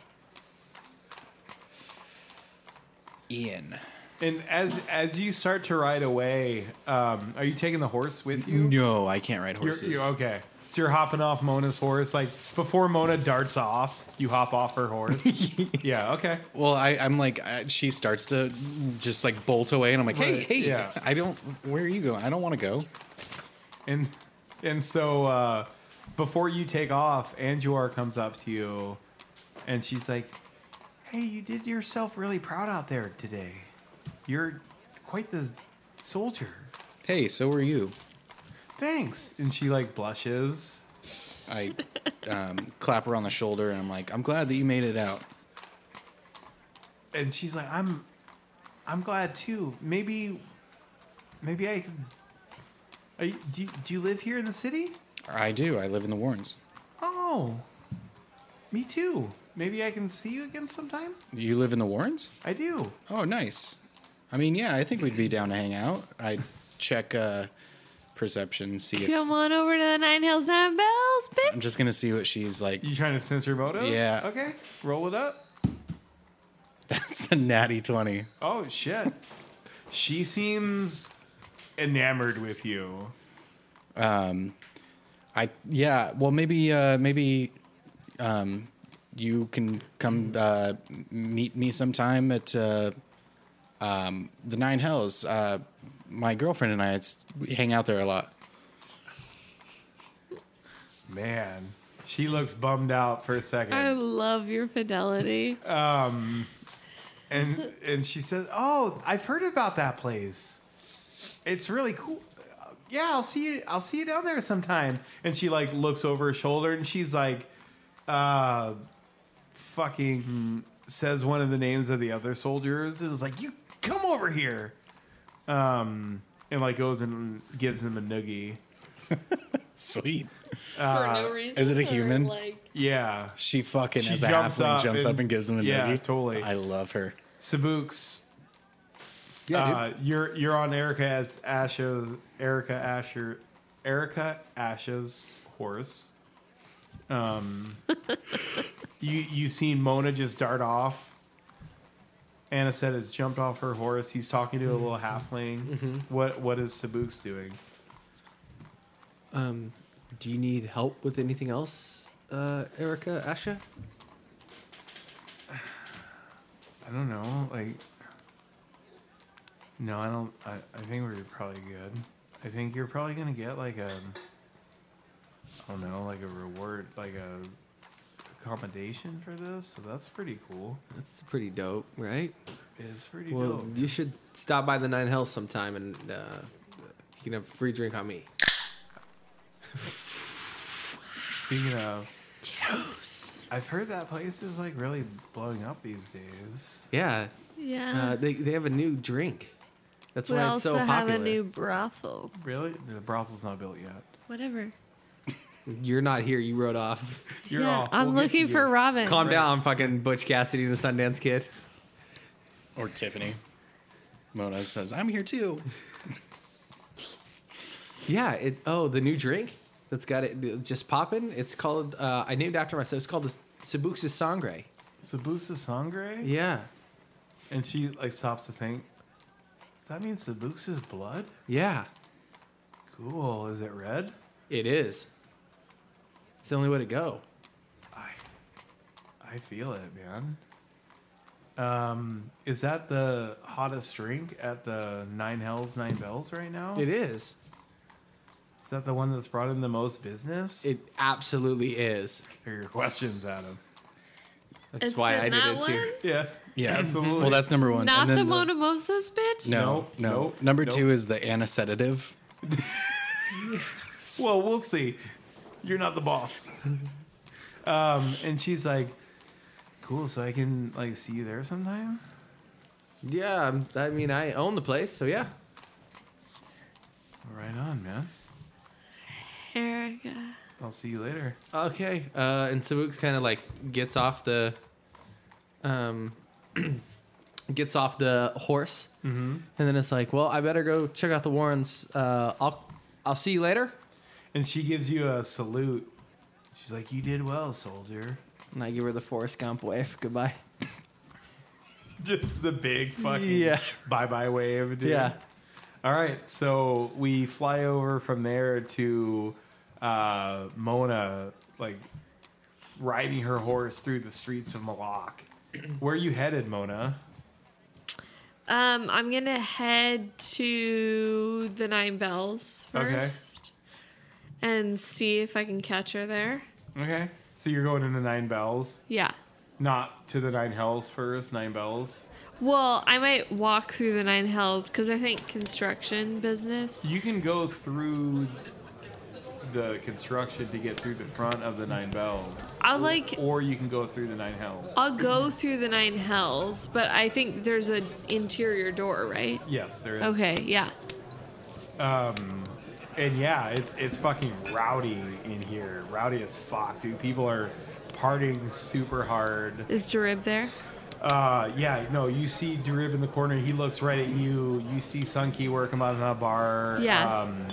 [SPEAKER 5] Ian.
[SPEAKER 1] And as as you start to ride away, um, are you taking the horse with you?
[SPEAKER 5] No, I can't ride
[SPEAKER 1] You're,
[SPEAKER 5] horses.
[SPEAKER 1] you're okay. So you're hopping off Mona's horse. Like before Mona darts off, you hop off her horse. yeah. Okay.
[SPEAKER 5] Well, I, I'm like, I, she starts to just like bolt away, and I'm like, hey,
[SPEAKER 1] Right,
[SPEAKER 5] hey,
[SPEAKER 1] yeah.
[SPEAKER 5] I don't, where are you going? I don't want to go.
[SPEAKER 1] And and so uh, before you take off, Anjuar comes up to you, and she's like, "Hey, you did yourself really proud out there today. You're quite the soldier.
[SPEAKER 5] Hey, so are you.
[SPEAKER 1] Thanks." And she like blushes.
[SPEAKER 5] I um, clap her on the shoulder, and I'm like, I'm glad that you made it out.
[SPEAKER 1] and she's like, "I'm, I'm glad too. Maybe, maybe I. Are you, do you, do you live here in the city?
[SPEAKER 5] I do. I live in the Warrens.
[SPEAKER 1] Oh, me too. Maybe I can see you again sometime.
[SPEAKER 5] You live in the Warrens?
[SPEAKER 1] I do.
[SPEAKER 5] Oh, nice. I mean, yeah, I think we'd be down to hang out. I'd check uh, perception, see if
[SPEAKER 3] Come on over to the Nine Hills Nine Bells,
[SPEAKER 5] I'm
[SPEAKER 3] bitch.
[SPEAKER 5] just gonna see what she's like.
[SPEAKER 1] You trying to censor Moto?
[SPEAKER 5] Yeah.
[SPEAKER 1] Okay, roll it up.
[SPEAKER 5] That's a natty twenty.
[SPEAKER 1] Oh shit. she seems enamored with you.
[SPEAKER 5] Um, I yeah. Well, maybe uh, maybe um, you can come uh, m- meet me sometime at uh, um, the Nine Hells. Uh, my girlfriend and I it's, we hang out there a lot.
[SPEAKER 1] Man, she looks bummed out for a second.
[SPEAKER 3] I love your fidelity.
[SPEAKER 1] and and she says, "Oh, I've heard about that place. It's really cool. Uh, Yeah, I'll see you. I'll see you down there sometime." And she like looks over her shoulder and she's like, "Uh, fucking," says one of the names of the other soldiers and is like, "You come over here," um, and like goes and gives him a noogie.
[SPEAKER 5] Sweet.
[SPEAKER 3] for no reason.
[SPEAKER 5] is it a or, human?
[SPEAKER 3] Like,
[SPEAKER 1] Yeah,
[SPEAKER 5] She fucking
[SPEAKER 1] She
[SPEAKER 5] as a
[SPEAKER 1] jumps
[SPEAKER 5] halfling
[SPEAKER 1] up
[SPEAKER 5] jumps
[SPEAKER 1] and-
[SPEAKER 5] up and gives him a
[SPEAKER 1] yeah,
[SPEAKER 5] noogie.
[SPEAKER 1] totally.
[SPEAKER 5] I love her.
[SPEAKER 1] Sabuks. uh, you're you're on Erica as Ashes, Erica Asher, Erica Ashes horse, Um, you you seen Mona just dart off. Anna said has jumped off her horse. He's talking to a little halfling. What what is Sabuks doing?
[SPEAKER 2] Um, do you need help with anything else, uh, Erica, Asha?
[SPEAKER 1] I don't know. Like, no, I don't. I, I think we're probably good. I think you're probably gonna get like a, I don't know, like a reward, like a accommodation for this. So that's pretty cool.
[SPEAKER 2] That's pretty dope, right?
[SPEAKER 1] It's pretty
[SPEAKER 2] Well,
[SPEAKER 1] dope.
[SPEAKER 2] you should stop by the Nine Hells sometime, and uh, you can have a free drink on me.
[SPEAKER 1] Speaking of, I've heard that place is like really blowing up these days.
[SPEAKER 2] Yeah, uh,
[SPEAKER 3] Yeah.
[SPEAKER 2] they they have a new drink. That's
[SPEAKER 3] we
[SPEAKER 2] why it's
[SPEAKER 3] also
[SPEAKER 2] so
[SPEAKER 3] have
[SPEAKER 2] popular.
[SPEAKER 3] a new brothel.
[SPEAKER 1] Really, the brothel's not built yet.
[SPEAKER 3] Whatever.
[SPEAKER 2] You're not here. You rode off.
[SPEAKER 1] You're
[SPEAKER 3] yeah,
[SPEAKER 1] off.
[SPEAKER 3] I'm
[SPEAKER 1] We'll get
[SPEAKER 3] looking
[SPEAKER 1] to
[SPEAKER 3] for
[SPEAKER 1] you.
[SPEAKER 3] Robin.
[SPEAKER 2] Calm down, fucking Butch Cassidy and the Sundance Kid.
[SPEAKER 5] Or Tiffany. Mona says, I'm here too.
[SPEAKER 2] Yeah. It. Oh, the new drink that's got it just popping. It's called. Uh, I named after myself. It's called the Sabuxa Sangre.
[SPEAKER 1] Sabusa Sangre.
[SPEAKER 2] Yeah.
[SPEAKER 1] And she like stops to think. Does that mean Sabusa's blood?
[SPEAKER 2] Yeah.
[SPEAKER 1] Cool. Is it red?
[SPEAKER 2] It is. It's the only way to go.
[SPEAKER 1] I, I feel it, man. Um, is that the hottest drink at the Nine Hells Nine Bells right now?
[SPEAKER 3] Oh.
[SPEAKER 2] It is.
[SPEAKER 1] Is that the one that's brought in the most business?
[SPEAKER 2] It absolutely is.
[SPEAKER 1] Here are your questions, Adam.
[SPEAKER 2] That's
[SPEAKER 3] It's
[SPEAKER 2] why
[SPEAKER 3] been
[SPEAKER 2] I did
[SPEAKER 3] that
[SPEAKER 2] it
[SPEAKER 3] one?
[SPEAKER 2] too.
[SPEAKER 1] Yeah.
[SPEAKER 5] Yeah,
[SPEAKER 1] Absolutely.
[SPEAKER 5] Well, that's number one.
[SPEAKER 3] Not
[SPEAKER 5] and
[SPEAKER 3] the,
[SPEAKER 5] then
[SPEAKER 3] Mona Moses bitch.
[SPEAKER 5] No, no.
[SPEAKER 1] nope,
[SPEAKER 5] number
[SPEAKER 1] nope.
[SPEAKER 5] two is the anaesthetic.
[SPEAKER 1] Well, we'll see. You're not the boss. um, and she's like, "Cool, so I can like see you there sometime."
[SPEAKER 2] Yeah, I'm- I mean, I own the place, so yeah.
[SPEAKER 1] Right on, man.
[SPEAKER 3] Erica.
[SPEAKER 1] I'll see you later.
[SPEAKER 2] Okay. Uh, and Sabuk's kind of like gets off the, um, gets off the horse, mm-hmm. and then it's like, well, I better go check out the Warrens. Uh, I'll, I'll see you later.
[SPEAKER 1] And she gives you a salute. She's like, "You did well, soldier."
[SPEAKER 2] And I give her the Forrest Gump wave. Goodbye.
[SPEAKER 1] Just the big fucking
[SPEAKER 2] Yeah.
[SPEAKER 1] bye bye wave, dude.
[SPEAKER 2] Yeah.
[SPEAKER 1] All right. So we fly over from there to uh, Mona, like riding her horse through the streets of Malak. Where are you headed, Mona?
[SPEAKER 3] Um, I'm gonna head to the Nine Bells
[SPEAKER 1] Okay.
[SPEAKER 3] first, and see if I can catch her there.
[SPEAKER 1] Okay. So you're going in the Nine Bells,
[SPEAKER 3] Yeah.
[SPEAKER 1] not to the Nine Hells first, Nine Bells.
[SPEAKER 3] Well, I might walk through the Nine Hells because I think construction business.
[SPEAKER 1] You can go through the construction to get through the front of the Nine Bells.
[SPEAKER 3] I'll like.
[SPEAKER 1] Or you can go through the Nine Hells.
[SPEAKER 3] I'll go through the Nine Hells, but I think there's an interior door, right?
[SPEAKER 1] yes, there is.
[SPEAKER 3] Okay. Yeah.
[SPEAKER 1] And yeah, it's it's fucking rowdy in here. Rowdy as fuck, dude. People are partying super hard.
[SPEAKER 3] Is Jarib there?
[SPEAKER 1] Uh, yeah, no, you see Darib in the corner. He looks right at you. You see Sunky working on a bar.
[SPEAKER 3] Yeah.
[SPEAKER 1] Um,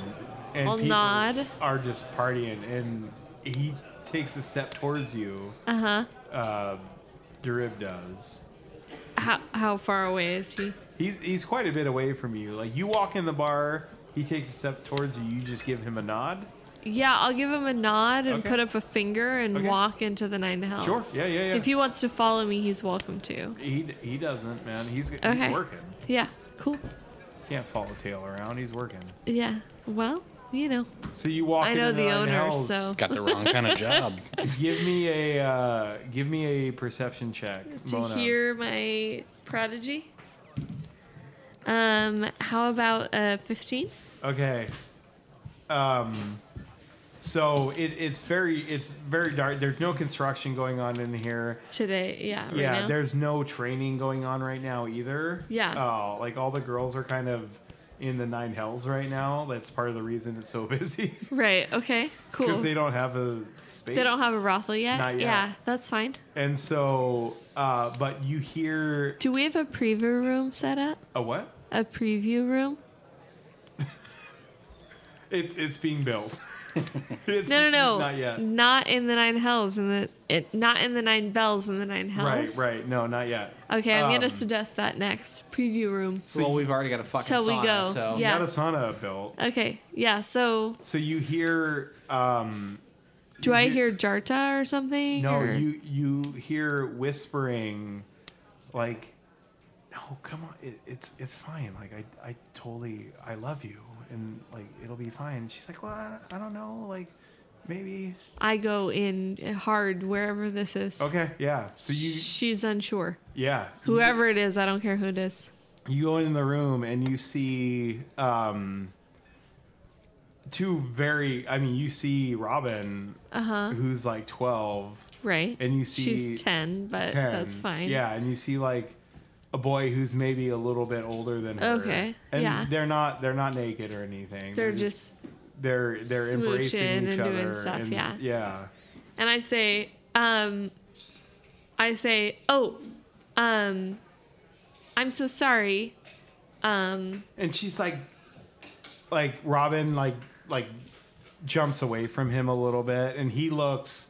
[SPEAKER 1] and
[SPEAKER 3] I'll
[SPEAKER 1] people
[SPEAKER 3] nod.
[SPEAKER 1] are just partying, and he takes a step towards you.
[SPEAKER 3] Uh huh.
[SPEAKER 1] Uh, Darib does.
[SPEAKER 3] How how far away is he?
[SPEAKER 1] He's he's quite a bit away from you. Like you walk in the bar, he takes a step towards you. You just give him a nod.
[SPEAKER 3] Yeah, I'll give him a nod and
[SPEAKER 1] Okay.
[SPEAKER 3] put up a finger and
[SPEAKER 1] Okay.
[SPEAKER 3] walk into the Nine Hells.
[SPEAKER 1] Sure, yeah, yeah, yeah.
[SPEAKER 3] If he wants to follow me, he's welcome to.
[SPEAKER 1] He he doesn't, man. He's
[SPEAKER 3] Okay.
[SPEAKER 1] he's working.
[SPEAKER 3] Yeah, cool.
[SPEAKER 1] Can't follow tail around. He's working.
[SPEAKER 3] Yeah. Well, you know,
[SPEAKER 1] So you walk.
[SPEAKER 3] I know
[SPEAKER 1] into
[SPEAKER 3] the
[SPEAKER 1] Nine
[SPEAKER 3] owner,
[SPEAKER 1] Hells.
[SPEAKER 3] so
[SPEAKER 5] Got the wrong kind of job.
[SPEAKER 1] give me a uh, give me a perception check,
[SPEAKER 3] to
[SPEAKER 1] Mona.
[SPEAKER 3] hear my prodigy. Um, how about uh, 15?
[SPEAKER 1] Okay. Um. So it, it's very it's very dark. There's no construction going on in here.
[SPEAKER 3] Today, yeah. Right
[SPEAKER 1] yeah,
[SPEAKER 3] now.
[SPEAKER 1] there's no training going on right now either.
[SPEAKER 3] Yeah.
[SPEAKER 1] Oh, like all the girls are kind of in the nine hells right now. That's part of the reason it's so busy
[SPEAKER 3] Right, okay, cool.
[SPEAKER 1] because they
[SPEAKER 3] They,
[SPEAKER 1] don't have a space.
[SPEAKER 3] don't have a brothel yet?
[SPEAKER 1] Not yet.
[SPEAKER 3] Yeah, that's fine.
[SPEAKER 1] And so, uh, but you hear
[SPEAKER 3] Do we have a preview room set up?
[SPEAKER 1] a what?
[SPEAKER 3] A preview room?
[SPEAKER 1] It's it's being built. It's
[SPEAKER 3] No, no, no.
[SPEAKER 1] Not yet.
[SPEAKER 3] Not in the nine hells, and the it, not in the nine bells and the nine hells.
[SPEAKER 1] Right, right. No, not yet.
[SPEAKER 3] Okay, I'm
[SPEAKER 1] Um,
[SPEAKER 3] gonna suggest that next preview room.
[SPEAKER 11] well, we've already got a fucking
[SPEAKER 3] Till we
[SPEAKER 11] sauna,
[SPEAKER 3] go.
[SPEAKER 11] so
[SPEAKER 3] Yeah.
[SPEAKER 1] Got a sauna built.
[SPEAKER 3] Okay, yeah. So,
[SPEAKER 1] So you hear um
[SPEAKER 3] do I
[SPEAKER 1] You-
[SPEAKER 3] hear Jarta or something?
[SPEAKER 1] no,
[SPEAKER 3] or-
[SPEAKER 1] you you hear whispering like no, come on. It, it's it's fine. Like I I totally I love you and like it'll be fine. And she's like, "Well, I, I don't know. Like maybe
[SPEAKER 3] I go in hard wherever this is.
[SPEAKER 1] Okay, yeah. So you
[SPEAKER 3] She's unsure.
[SPEAKER 1] yeah.
[SPEAKER 3] Whoever it is, I don't care who it is.
[SPEAKER 1] you go in the room and you see um, two very i mean you see robin
[SPEAKER 3] Uh-huh.
[SPEAKER 1] who's like 12
[SPEAKER 3] Right.
[SPEAKER 1] And you see
[SPEAKER 3] she's ten, but
[SPEAKER 1] 10
[SPEAKER 3] that's fine.
[SPEAKER 1] yeah and you see like a boy who's maybe a little bit older than her
[SPEAKER 3] Okay,
[SPEAKER 1] and
[SPEAKER 3] yeah.
[SPEAKER 1] they're not they're not naked or anything
[SPEAKER 3] They're just
[SPEAKER 1] they're they're embracing
[SPEAKER 3] smooching
[SPEAKER 1] each
[SPEAKER 3] and doing
[SPEAKER 1] other
[SPEAKER 3] stuff, yeah.
[SPEAKER 1] yeah
[SPEAKER 3] and I say, um, I say, oh, um, I'm so sorry. Um,
[SPEAKER 1] and she's like like robin like like jumps away from him a little bit and he looks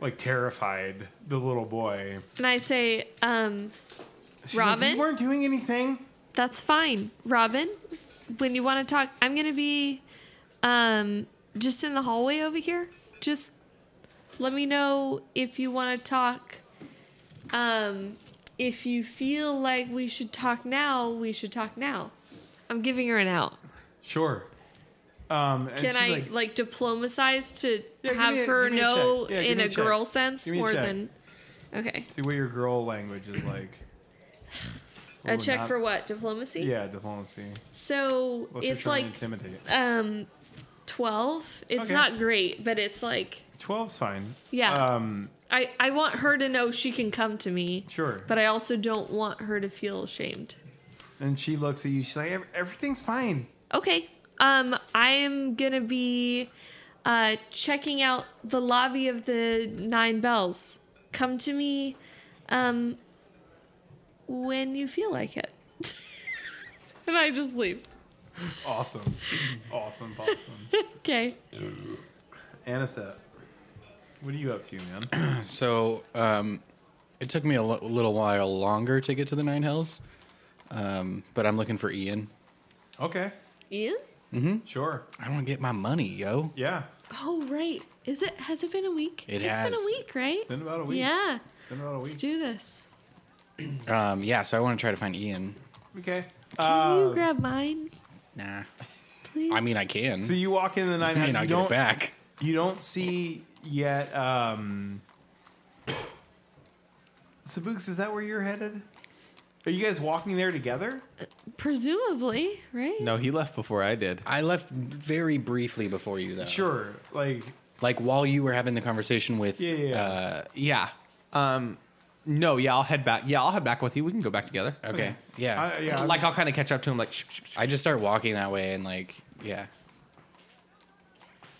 [SPEAKER 1] like terrified the little boy
[SPEAKER 3] and I say, um,
[SPEAKER 1] She's like,
[SPEAKER 3] Robin?
[SPEAKER 1] you weren't doing anything
[SPEAKER 3] that's fine, Robin. When you want to talk, I'm gonna be, um, just in the hallway over here. Just let me know if you want to talk. Um, if you feel like we should talk now, we should talk now. I'm giving her an out.
[SPEAKER 1] sure um and
[SPEAKER 3] Can
[SPEAKER 1] she's
[SPEAKER 3] I like,
[SPEAKER 1] like,
[SPEAKER 3] diplomacize to
[SPEAKER 1] Yeah, give
[SPEAKER 3] have
[SPEAKER 1] me a-
[SPEAKER 3] her
[SPEAKER 1] give me a
[SPEAKER 3] know
[SPEAKER 1] check. Yeah, give
[SPEAKER 3] in
[SPEAKER 1] me
[SPEAKER 3] a,
[SPEAKER 1] a check.
[SPEAKER 3] girl sense
[SPEAKER 1] Give me a
[SPEAKER 3] more
[SPEAKER 1] check.
[SPEAKER 3] than okay?
[SPEAKER 1] see what your girl language is like
[SPEAKER 3] a
[SPEAKER 1] Ooh,
[SPEAKER 3] check
[SPEAKER 1] not-
[SPEAKER 3] for what diplomacy?
[SPEAKER 1] yeah diplomacy
[SPEAKER 3] So
[SPEAKER 1] unless
[SPEAKER 3] it's
[SPEAKER 1] you're trying
[SPEAKER 3] like
[SPEAKER 1] to intimidate
[SPEAKER 3] um, twelve. It's
[SPEAKER 1] Okay.
[SPEAKER 3] not great, but it's like
[SPEAKER 1] 12's fine
[SPEAKER 3] Yeah.
[SPEAKER 1] um
[SPEAKER 3] I I want her to know she can come to me,
[SPEAKER 1] sure
[SPEAKER 3] but I also don't want her to feel ashamed.
[SPEAKER 1] and she looks at you she's like "Ev- everything's fine
[SPEAKER 3] Okay. Um, I'm gonna be uh, checking out the lobby of the Nine Bells. Come to me um, when you feel like it. and I just leave.
[SPEAKER 1] awesome awesome awesome
[SPEAKER 3] Okay.
[SPEAKER 1] anisette what are you up to man
[SPEAKER 5] So um, it took me a lo- little while longer to get to the Nine Hells, um, but I'm looking for Ian.
[SPEAKER 1] okay
[SPEAKER 3] Ian?
[SPEAKER 1] sure
[SPEAKER 5] I want to get my money, yo.
[SPEAKER 1] yeah
[SPEAKER 3] Oh right. Is it? Has it been a week?
[SPEAKER 5] It
[SPEAKER 3] has been
[SPEAKER 5] has.
[SPEAKER 3] a week, right?
[SPEAKER 1] It's been about a week.
[SPEAKER 3] Yeah.
[SPEAKER 1] It's been about a
[SPEAKER 3] Let's
[SPEAKER 1] week.
[SPEAKER 3] do this.
[SPEAKER 5] Um, yeah, so I want to try to find Ian.
[SPEAKER 1] Okay.
[SPEAKER 3] Can
[SPEAKER 1] Uh,
[SPEAKER 7] Um,
[SPEAKER 3] you grab mine,
[SPEAKER 5] Nah,
[SPEAKER 3] please?
[SPEAKER 5] I mean I can.
[SPEAKER 1] so you walk in the nine.
[SPEAKER 5] I mean
[SPEAKER 1] you
[SPEAKER 5] I'll get
[SPEAKER 1] don't,
[SPEAKER 5] it back.
[SPEAKER 1] You don't see yet. Um, Sabuks, is that where you're headed? Are you guys walking there together?
[SPEAKER 3] presumably, right?
[SPEAKER 2] No, he left before I did.
[SPEAKER 5] I left very briefly before you though.
[SPEAKER 1] Sure. Like
[SPEAKER 5] Like while you were having the conversation with
[SPEAKER 1] yeah, yeah. yeah.
[SPEAKER 5] uh
[SPEAKER 2] Yeah. Um. No. Yeah, I'll head back. Yeah, I'll head back with you. We can go back together.
[SPEAKER 5] okay. Yeah.
[SPEAKER 1] I, yeah.
[SPEAKER 2] like I'll kind of catch up to him. Like, shh, shh, shh.
[SPEAKER 5] I just start walking that way and like yeah.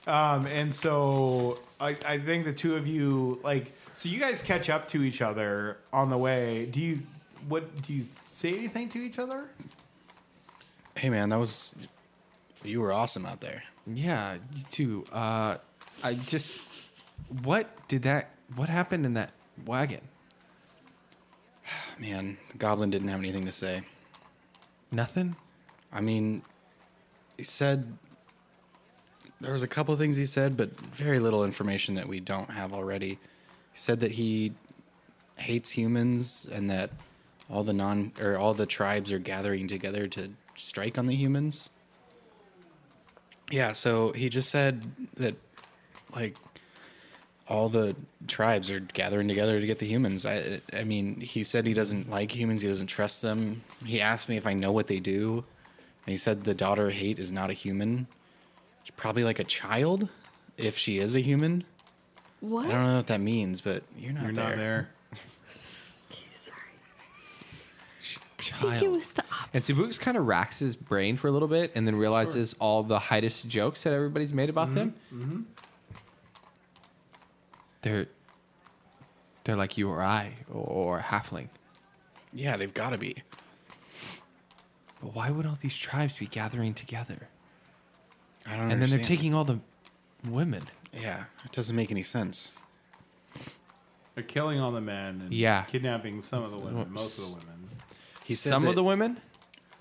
[SPEAKER 1] Um, and so I, I think the two of you like so you guys catch up to each other on the way. Do you what do you say anything to each other?
[SPEAKER 5] Hey man, that was you were awesome out there.
[SPEAKER 2] yeah, you too. Uh, I just, what did that? What happened in that wagon?
[SPEAKER 5] Man, the goblin didn't have anything to say.
[SPEAKER 2] Nothing.
[SPEAKER 5] I mean, he said there was a couple things he said, but very little information that we don't have already. He said that he hates humans and that all the non or all the tribes are gathering together to strike on the humans. Yeah, so he just said that like all the tribes are gathering together to get the humans. I I mean, he said he doesn't like humans, he doesn't trust them. He asked me if I know what they do. And he said the daughter of hate is not a human. She's probably like a child, if she is a human.
[SPEAKER 3] What?
[SPEAKER 5] I don't know what that means, but you're not, there.
[SPEAKER 3] I think it was the opposite.
[SPEAKER 2] And Subuk's kind of racks his brain for a little bit, and then realizes all the hideous jokes that everybody's made
[SPEAKER 5] Mm-hmm,
[SPEAKER 2] about them. They're, they're like you or I or, or halfling.
[SPEAKER 5] Yeah, they've got to be.
[SPEAKER 2] But why would all these tribes be gathering together?
[SPEAKER 5] I don't.
[SPEAKER 2] and then they're
[SPEAKER 5] understand.
[SPEAKER 2] taking all the
[SPEAKER 12] women.
[SPEAKER 5] Yeah, it doesn't make any sense.
[SPEAKER 1] They're killing all the men and
[SPEAKER 2] Yeah.
[SPEAKER 1] kidnapping some of the women, most of the women.
[SPEAKER 5] He said
[SPEAKER 2] Some
[SPEAKER 5] that-
[SPEAKER 2] of the women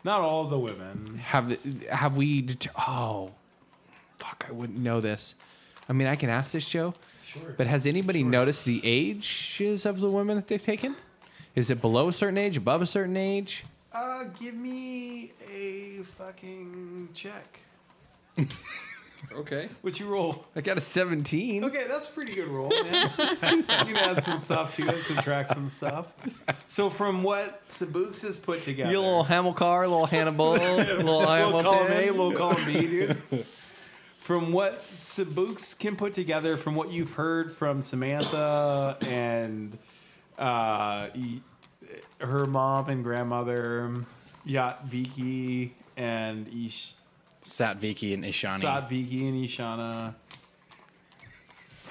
[SPEAKER 1] Not all of the women.
[SPEAKER 2] have have we? Det- oh, fuck! I wouldn't know this. I mean, I can ask this, Joe. Sure. But has anybody noticed the ages of the women that they've taken? Is it below a certain age? Above a certain age?
[SPEAKER 1] Uh, give me a fucking check.
[SPEAKER 2] Okay.
[SPEAKER 1] What you roll?
[SPEAKER 2] I got a 17.
[SPEAKER 1] Okay, that's a pretty good roll, man. you can add some stuff to it, subtract some stuff. So from what Sabuks has put together,
[SPEAKER 12] You little Hamilcar, little Hannibal, little
[SPEAKER 1] little column A,
[SPEAKER 12] Hamilton.
[SPEAKER 1] little column B, dude. From what Sabuks can put together, from what you've heard from Samantha and uh, y- her mom and grandmother, Yacht Viki and Ish.
[SPEAKER 5] Satviki and Ishani.
[SPEAKER 1] Sadviki and Ishana.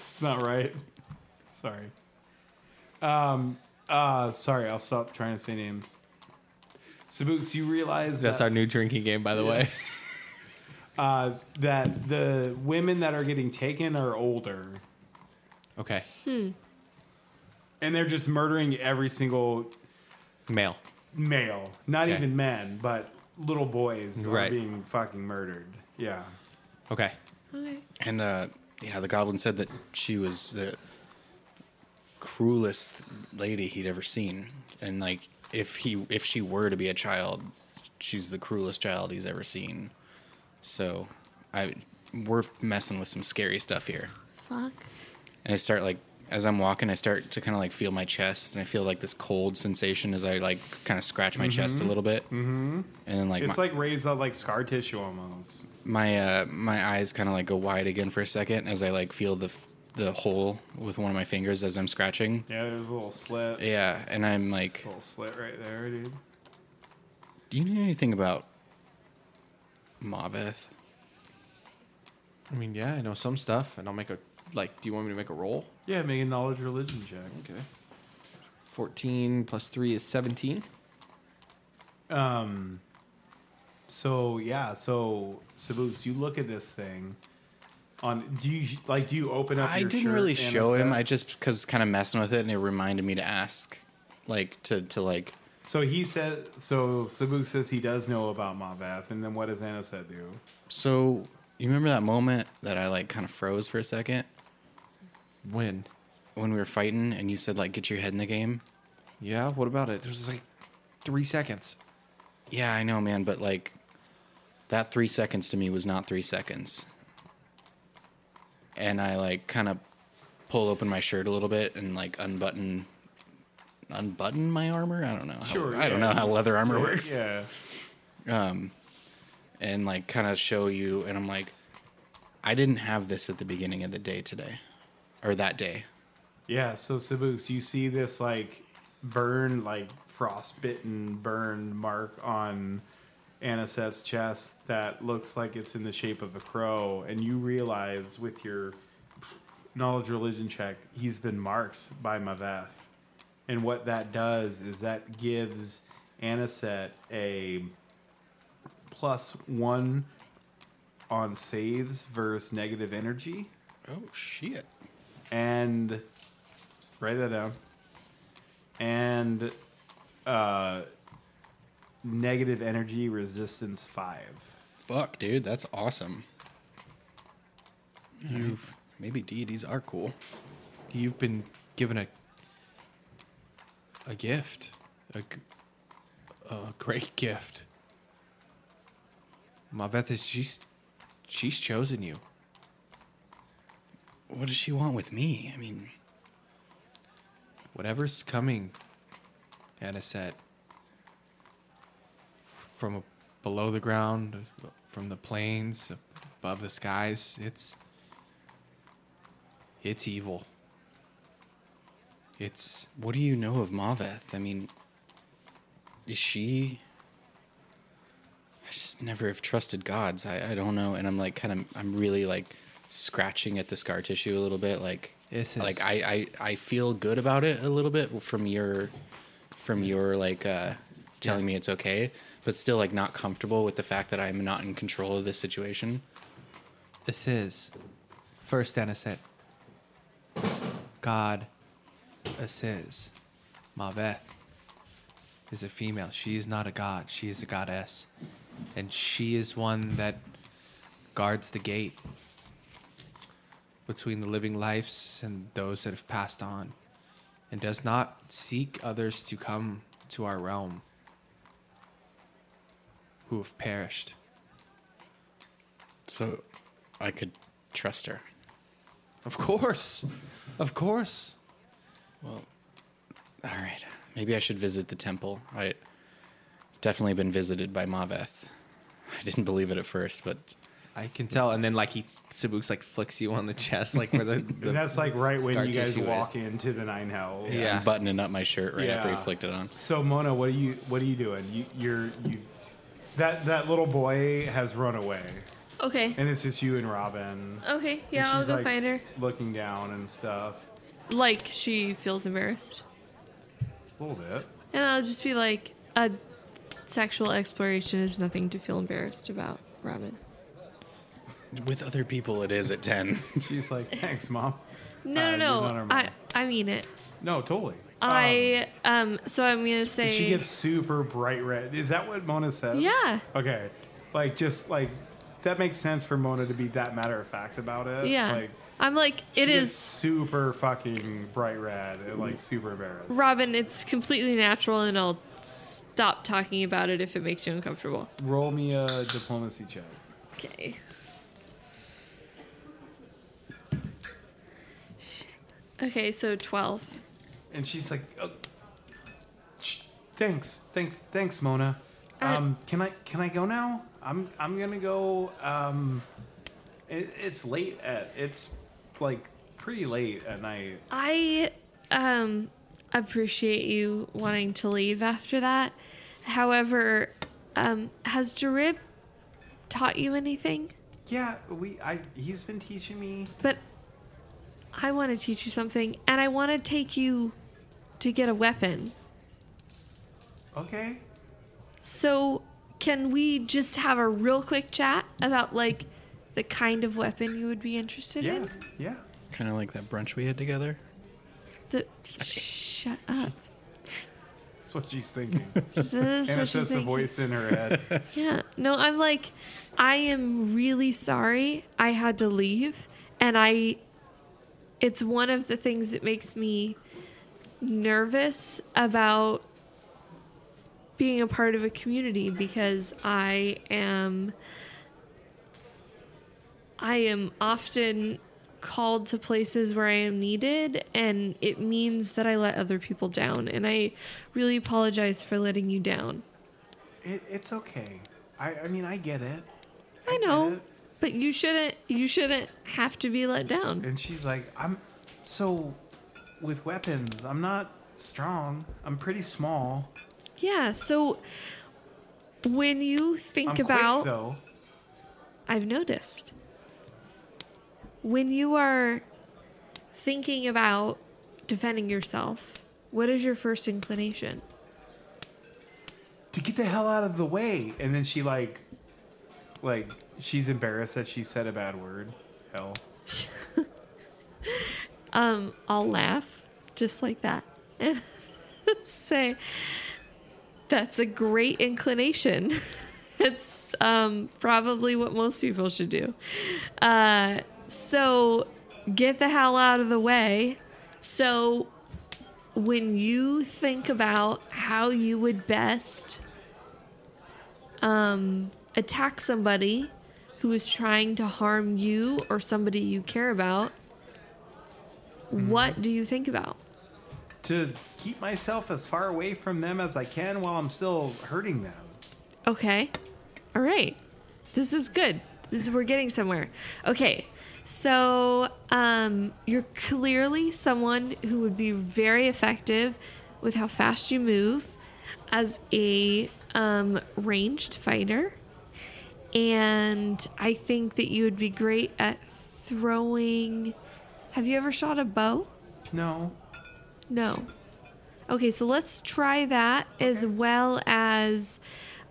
[SPEAKER 1] It's not right. Sorry. Um. Uh. Sorry. I'll stop trying to say names. Sabuks, you realize
[SPEAKER 2] That's
[SPEAKER 1] that,
[SPEAKER 2] our new drinking game, by the way.
[SPEAKER 1] uh, that the women that are getting taken are older,
[SPEAKER 2] Okay.
[SPEAKER 1] and they're just murdering every single
[SPEAKER 2] Male.
[SPEAKER 1] male, not
[SPEAKER 2] Okay.
[SPEAKER 1] even men, but little boys are
[SPEAKER 2] Right.
[SPEAKER 1] being fucking murdered. Yeah.
[SPEAKER 2] Okay.
[SPEAKER 3] Okay.
[SPEAKER 5] And uh, yeah, the goblin said that she was the cruelest lady he'd ever seen, and like if he if she were to be a child, she's the cruelest child he's ever seen. So, I we're messing with some scary stuff here.
[SPEAKER 3] Fuck.
[SPEAKER 5] And I start like as I'm walking, I start to kind of like feel my chest, and I feel like this cold sensation as I like kind of scratch my chest a little bit, mm-hmm. and then like
[SPEAKER 1] It's
[SPEAKER 5] my,
[SPEAKER 1] like raised up like scar tissue almost.
[SPEAKER 5] my uh my eyes kind of like go wide again for a second as I like feel the f- the hole with one of my fingers as I'm scratching.
[SPEAKER 1] Yeah, there's a little slit.
[SPEAKER 5] Yeah, and I'm like,
[SPEAKER 1] Little slit right there, dude.
[SPEAKER 5] do you know anything about Maveth?
[SPEAKER 2] I mean, yeah, I know some stuff, and I'll make a like. Do you want me to make a roll?
[SPEAKER 1] Yeah, make a knowledge religion check.
[SPEAKER 2] Okay. 14 plus 3 is 17.
[SPEAKER 1] Um. So yeah, so Sabuks, you look at this thing. On do you like? Do you open up?
[SPEAKER 5] I
[SPEAKER 1] your
[SPEAKER 5] didn't
[SPEAKER 1] shirt
[SPEAKER 5] really
[SPEAKER 1] and
[SPEAKER 5] show him.
[SPEAKER 1] stuff?
[SPEAKER 5] I just cuz kind of messing with it and it reminded me to ask like to to like
[SPEAKER 1] so he said. So Sabuks says he does know about Mavath, and then what does Anisette do?
[SPEAKER 5] so you remember that moment that I like kind of froze for a second
[SPEAKER 2] When?
[SPEAKER 5] when we were fighting and you said like get your head in the game?
[SPEAKER 2] Yeah, what about it? There's like three seconds.
[SPEAKER 5] Yeah, I know, man, but like that three seconds to me was not three seconds. And I like kind of pull open my shirt a little bit and like unbutton unbutton my armor. I don't know. How,
[SPEAKER 1] Sure,
[SPEAKER 5] I don't
[SPEAKER 1] yeah.
[SPEAKER 5] know how leather armor works.
[SPEAKER 1] Yeah.
[SPEAKER 5] And like kind of show you and I'm like I didn't have this at the beginning of the day today or that day.
[SPEAKER 1] Yeah. So Sabuks, you see this like burn, like frostbitten burn mark on Anisette's chest that looks like it's in the shape of a crow, and you realize with your knowledge religion check, he's been marked by Mavath. And what that does is that gives Anisette a plus one on saves versus negative energy.
[SPEAKER 5] Oh shit.
[SPEAKER 1] And write that down. And uh, negative energy resistance five.
[SPEAKER 5] Fuck, dude, that's awesome. You've maybe deities are cool.
[SPEAKER 2] You've been given a a gift. A, g- a great gift. Maveth is she's she's chosen you.
[SPEAKER 5] What does she want with me? I mean,
[SPEAKER 2] Whatever's coming, Anisette, from below the ground, from the plains, above the skies, it's it's evil. It's
[SPEAKER 5] What do you know of Maveth? I mean, is she? I just never have trusted gods. I, I don't know, and I'm like kind of I'm really like scratching at the scar tissue a little bit. Like
[SPEAKER 2] This
[SPEAKER 5] like
[SPEAKER 2] is-
[SPEAKER 5] I, I I feel good about it a little bit from your from your like uh, telling me it's okay, but still like not comfortable with the fact that I'm not in control of this situation.
[SPEAKER 2] This is First innocent. God says, Maveth is a female. She is not a god. She is a goddess. And she is one that guards the gate between the living lives and those that have passed on, and does not seek others to come to our realm who have perished.
[SPEAKER 5] So I could trust her.
[SPEAKER 2] Of course. Of course.
[SPEAKER 5] All right. Maybe I should visit the temple. I definitely been visited by Maveth. I didn't believe it at first, but
[SPEAKER 2] I can tell. And then, like, he, Sabuk's like, flicks you on the chest, like, where the. the
[SPEAKER 7] That's like right when
[SPEAKER 2] scar
[SPEAKER 7] you guys
[SPEAKER 2] tissue is.
[SPEAKER 7] walk into the nine hells.
[SPEAKER 2] Yeah.
[SPEAKER 5] I'm buttoning up my shirt right after he
[SPEAKER 7] Yeah.
[SPEAKER 5] flicked it on.
[SPEAKER 7] So Mona, what are you what are you doing? You, you're you that that little boy has run away,
[SPEAKER 3] Okay.
[SPEAKER 7] and it's just you and Robin.
[SPEAKER 3] Okay.
[SPEAKER 7] And
[SPEAKER 3] Yeah, I'll
[SPEAKER 7] she's,
[SPEAKER 3] go
[SPEAKER 7] like,
[SPEAKER 3] find her.
[SPEAKER 7] Looking down and stuff.
[SPEAKER 3] Like she feels embarrassed,
[SPEAKER 7] A little bit.
[SPEAKER 3] and I'll just be like, "A sexual exploration is nothing to feel embarrassed about, Robin."
[SPEAKER 5] With other people, it is at 10.
[SPEAKER 7] She's like, thanks, mom.
[SPEAKER 3] No,
[SPEAKER 7] Uh, you're
[SPEAKER 3] no,
[SPEAKER 7] not
[SPEAKER 3] no.
[SPEAKER 7] our
[SPEAKER 3] I
[SPEAKER 7] mom.
[SPEAKER 3] I mean it.
[SPEAKER 7] No, totally.
[SPEAKER 3] I um. So I'm gonna say.
[SPEAKER 7] She gets super bright red. Is that what Mona says?
[SPEAKER 3] Yeah.
[SPEAKER 7] Okay. Like just like that makes sense for Mona to be that matter of fact about it.
[SPEAKER 3] yeah.
[SPEAKER 7] uh, Like
[SPEAKER 3] I'm like
[SPEAKER 7] she
[SPEAKER 3] it
[SPEAKER 7] gets
[SPEAKER 3] is.
[SPEAKER 7] super fucking bright red and like super embarrassed.
[SPEAKER 3] Robin, it's completely natural, and I'll stop talking about it if it makes you uncomfortable.
[SPEAKER 7] Roll me a diplomacy check.
[SPEAKER 3] Okay. Okay, so 12.
[SPEAKER 7] And she's like, oh, sh- thanks, thanks, thanks, Mona.
[SPEAKER 3] Uh,
[SPEAKER 7] Um, can I can I go now? I'm I'm gonna go. Um, it, it's late at it's like pretty late at night.
[SPEAKER 3] I um appreciate you wanting to leave after that. However, um has Jarib taught you anything?
[SPEAKER 7] Yeah, we I he's been teaching me.
[SPEAKER 3] But I want to teach you something and I want to take you to get a weapon.
[SPEAKER 7] Okay,
[SPEAKER 3] So, can we just have a real quick chat about like the kind of weapon you would be interested
[SPEAKER 7] yeah,
[SPEAKER 3] in?
[SPEAKER 7] yeah.
[SPEAKER 5] kind of like that brunch we had together.
[SPEAKER 3] The shut up.
[SPEAKER 7] That's what she's thinking.
[SPEAKER 3] This is what
[SPEAKER 7] Anna
[SPEAKER 3] you
[SPEAKER 7] sets a
[SPEAKER 3] think.
[SPEAKER 7] voice in her head.
[SPEAKER 3] Yeah. No, I'm like, I am really sorry I had to leave. And I, it's one of the things that makes me nervous about being a part of a community because I am, I am often called to places where I am needed. And it means that I let other people down. And I really apologize for letting you down.
[SPEAKER 7] It, it's okay. I I mean I get it.
[SPEAKER 3] I
[SPEAKER 7] get
[SPEAKER 3] know,
[SPEAKER 7] it.
[SPEAKER 3] but you shouldn't. You shouldn't have to be let down.
[SPEAKER 7] And she's like, I'm so with weapons, I'm not strong. I'm pretty small.
[SPEAKER 3] Yeah. So when you think
[SPEAKER 7] I'm
[SPEAKER 3] about,
[SPEAKER 7] quick though.
[SPEAKER 3] I've noticed when you are thinking about defending yourself, what is your first inclination?
[SPEAKER 7] To get the hell out of the way. And then she like like she's embarrassed that she said a bad word. Hell.
[SPEAKER 3] Um, I'll laugh just like that and say, "That's a great inclination." it's um, probably what most people should do. Uh, so get the hell out of the way. So when you think about how you would best um, attack somebody who is trying to harm you or somebody you care about, what do you think about?
[SPEAKER 7] To keep myself as far away from them as I can while I'm still hurting them.
[SPEAKER 3] Okay. All right. This is good. This is we're getting somewhere. Okay. So, um you're clearly someone who would be very effective with how fast you move as a um ranged fighter. And I think that you would be great at throwing Have you ever shot a bow?
[SPEAKER 7] No.
[SPEAKER 3] No. Okay, so let's try that as well as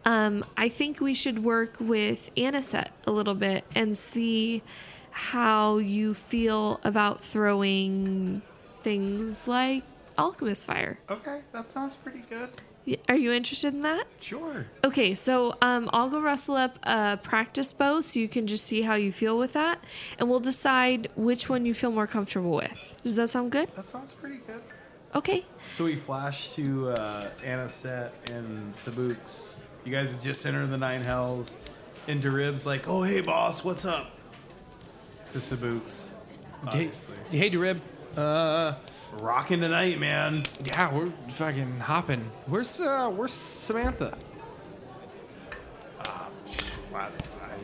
[SPEAKER 3] um, I think we should work with Aniset a little bit and see how you feel about throwing things like alchemist fire.
[SPEAKER 1] Okay, that sounds pretty good.
[SPEAKER 3] Y- Are you interested in that?
[SPEAKER 1] Sure.
[SPEAKER 3] Okay, so um, I'll go rustle up a practice bow so you can just see how you feel with that, and we'll decide which one you feel more comfortable with. Does that sound good?
[SPEAKER 1] That sounds pretty good.
[SPEAKER 3] Okay.
[SPEAKER 1] So we flash to uh, Anaset and Sabuks. You guys had just entered the Nine Hells. Into Ribs, like, oh, hey, boss, what's up? To Sabuks.
[SPEAKER 13] Hey,
[SPEAKER 1] Obviously.
[SPEAKER 13] hey, Derib. Uh,
[SPEAKER 1] Rocking tonight, man.
[SPEAKER 13] yeah, we're fucking hopping. Where's uh, where's Samantha?
[SPEAKER 1] Wow. I,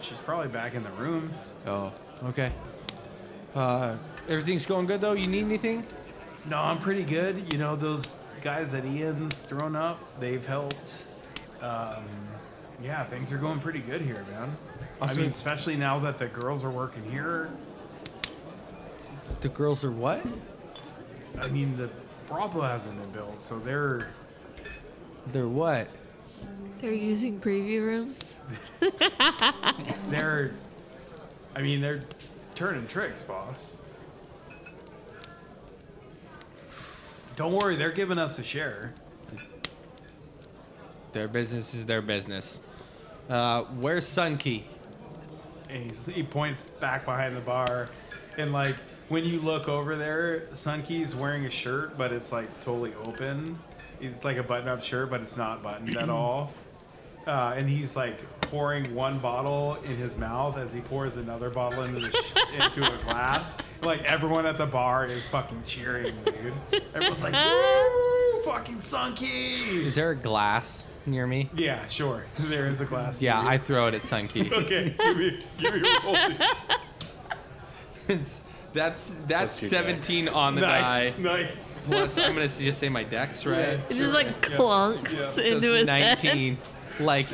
[SPEAKER 1] she's probably back in the room.
[SPEAKER 13] Oh, okay. Uh, everything's going good though. You need anything?
[SPEAKER 1] No, I'm pretty good. You know, those guys that Ian's thrown up, they've helped. Um, yeah, things are going pretty good here, man. I
[SPEAKER 13] Awesome.
[SPEAKER 1] mean, especially now that the girls are working here.
[SPEAKER 2] The girls are what?
[SPEAKER 1] I mean, the brothel hasn't been built, so they're
[SPEAKER 2] They're what?
[SPEAKER 3] They're using preview rooms.
[SPEAKER 1] they're. I mean, they're turning tricks, boss. Don't worry, they're giving us a share.
[SPEAKER 13] Their business is their business. Uh, where's Sunkey?
[SPEAKER 1] And he's, he points back behind the bar, and like when you look over there, Sunkey's wearing a shirt, but it's like totally open. It's like a button-up shirt, but it's not buttoned at all. Uh, and he's like pouring one bottle in his mouth as he pours another bottle into, the sh- into a glass. Like everyone at the bar is fucking cheering, dude. Everyone's like, "Woo, fucking Sunkey!"
[SPEAKER 13] Is there a glass near me?
[SPEAKER 1] Yeah, sure. There is a glass.
[SPEAKER 13] Yeah, I throw it at Sunkey.
[SPEAKER 1] Okay, give me, give me a roll.
[SPEAKER 13] that's that's,
[SPEAKER 5] your
[SPEAKER 13] 17 on the
[SPEAKER 1] Nice,
[SPEAKER 13] die.
[SPEAKER 1] nice.
[SPEAKER 13] Plus, I'm gonna s- just say my dex, right?
[SPEAKER 3] It just like clunks
[SPEAKER 13] So
[SPEAKER 3] into his
[SPEAKER 13] it's
[SPEAKER 3] head.
[SPEAKER 13] 19. Like,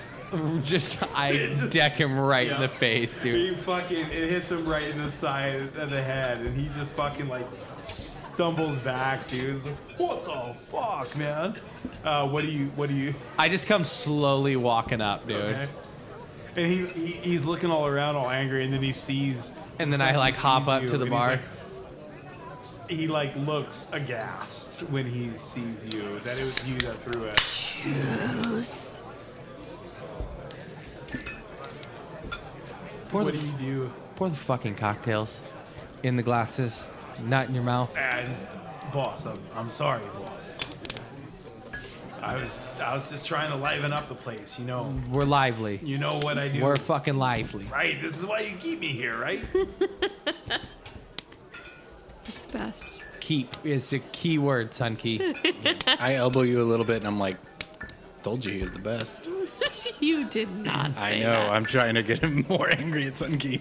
[SPEAKER 13] just I deck him right in
[SPEAKER 1] Yeah.
[SPEAKER 13] the face, dude.
[SPEAKER 1] He fucking it hits him right in the side of the head, and he just fucking like stumbles back, dude. He's like, what the fuck, man? Uh, what do you? What do you?
[SPEAKER 13] I just come slowly walking up, dude.
[SPEAKER 1] Okay. And he, he he's looking all around, all angry, and then he sees.
[SPEAKER 13] And then I,
[SPEAKER 1] somebody
[SPEAKER 13] like, hop
[SPEAKER 1] sees
[SPEAKER 13] up
[SPEAKER 1] you,
[SPEAKER 13] to the
[SPEAKER 1] and he's
[SPEAKER 13] bar.
[SPEAKER 1] like- he like looks aghast when he sees you. That it was you that threw it.
[SPEAKER 2] Pour
[SPEAKER 1] What
[SPEAKER 2] the,
[SPEAKER 1] do you do?
[SPEAKER 2] pour the fucking cocktails in the glasses, not in your mouth.
[SPEAKER 1] And boss, I'm, I'm sorry, boss. I was I was just trying to liven up the place, you know.
[SPEAKER 2] We're lively.
[SPEAKER 1] You know what I do.
[SPEAKER 2] We're fucking lively.
[SPEAKER 1] right, this is why you keep me here, right?
[SPEAKER 3] Best.
[SPEAKER 2] Keep is a key word, Sunkey.
[SPEAKER 5] I elbow you a little bit, and I'm like, "Told you he was the best."
[SPEAKER 3] You did not say
[SPEAKER 5] I know.
[SPEAKER 3] that.
[SPEAKER 5] I'm trying to get him more angry at Sunkey.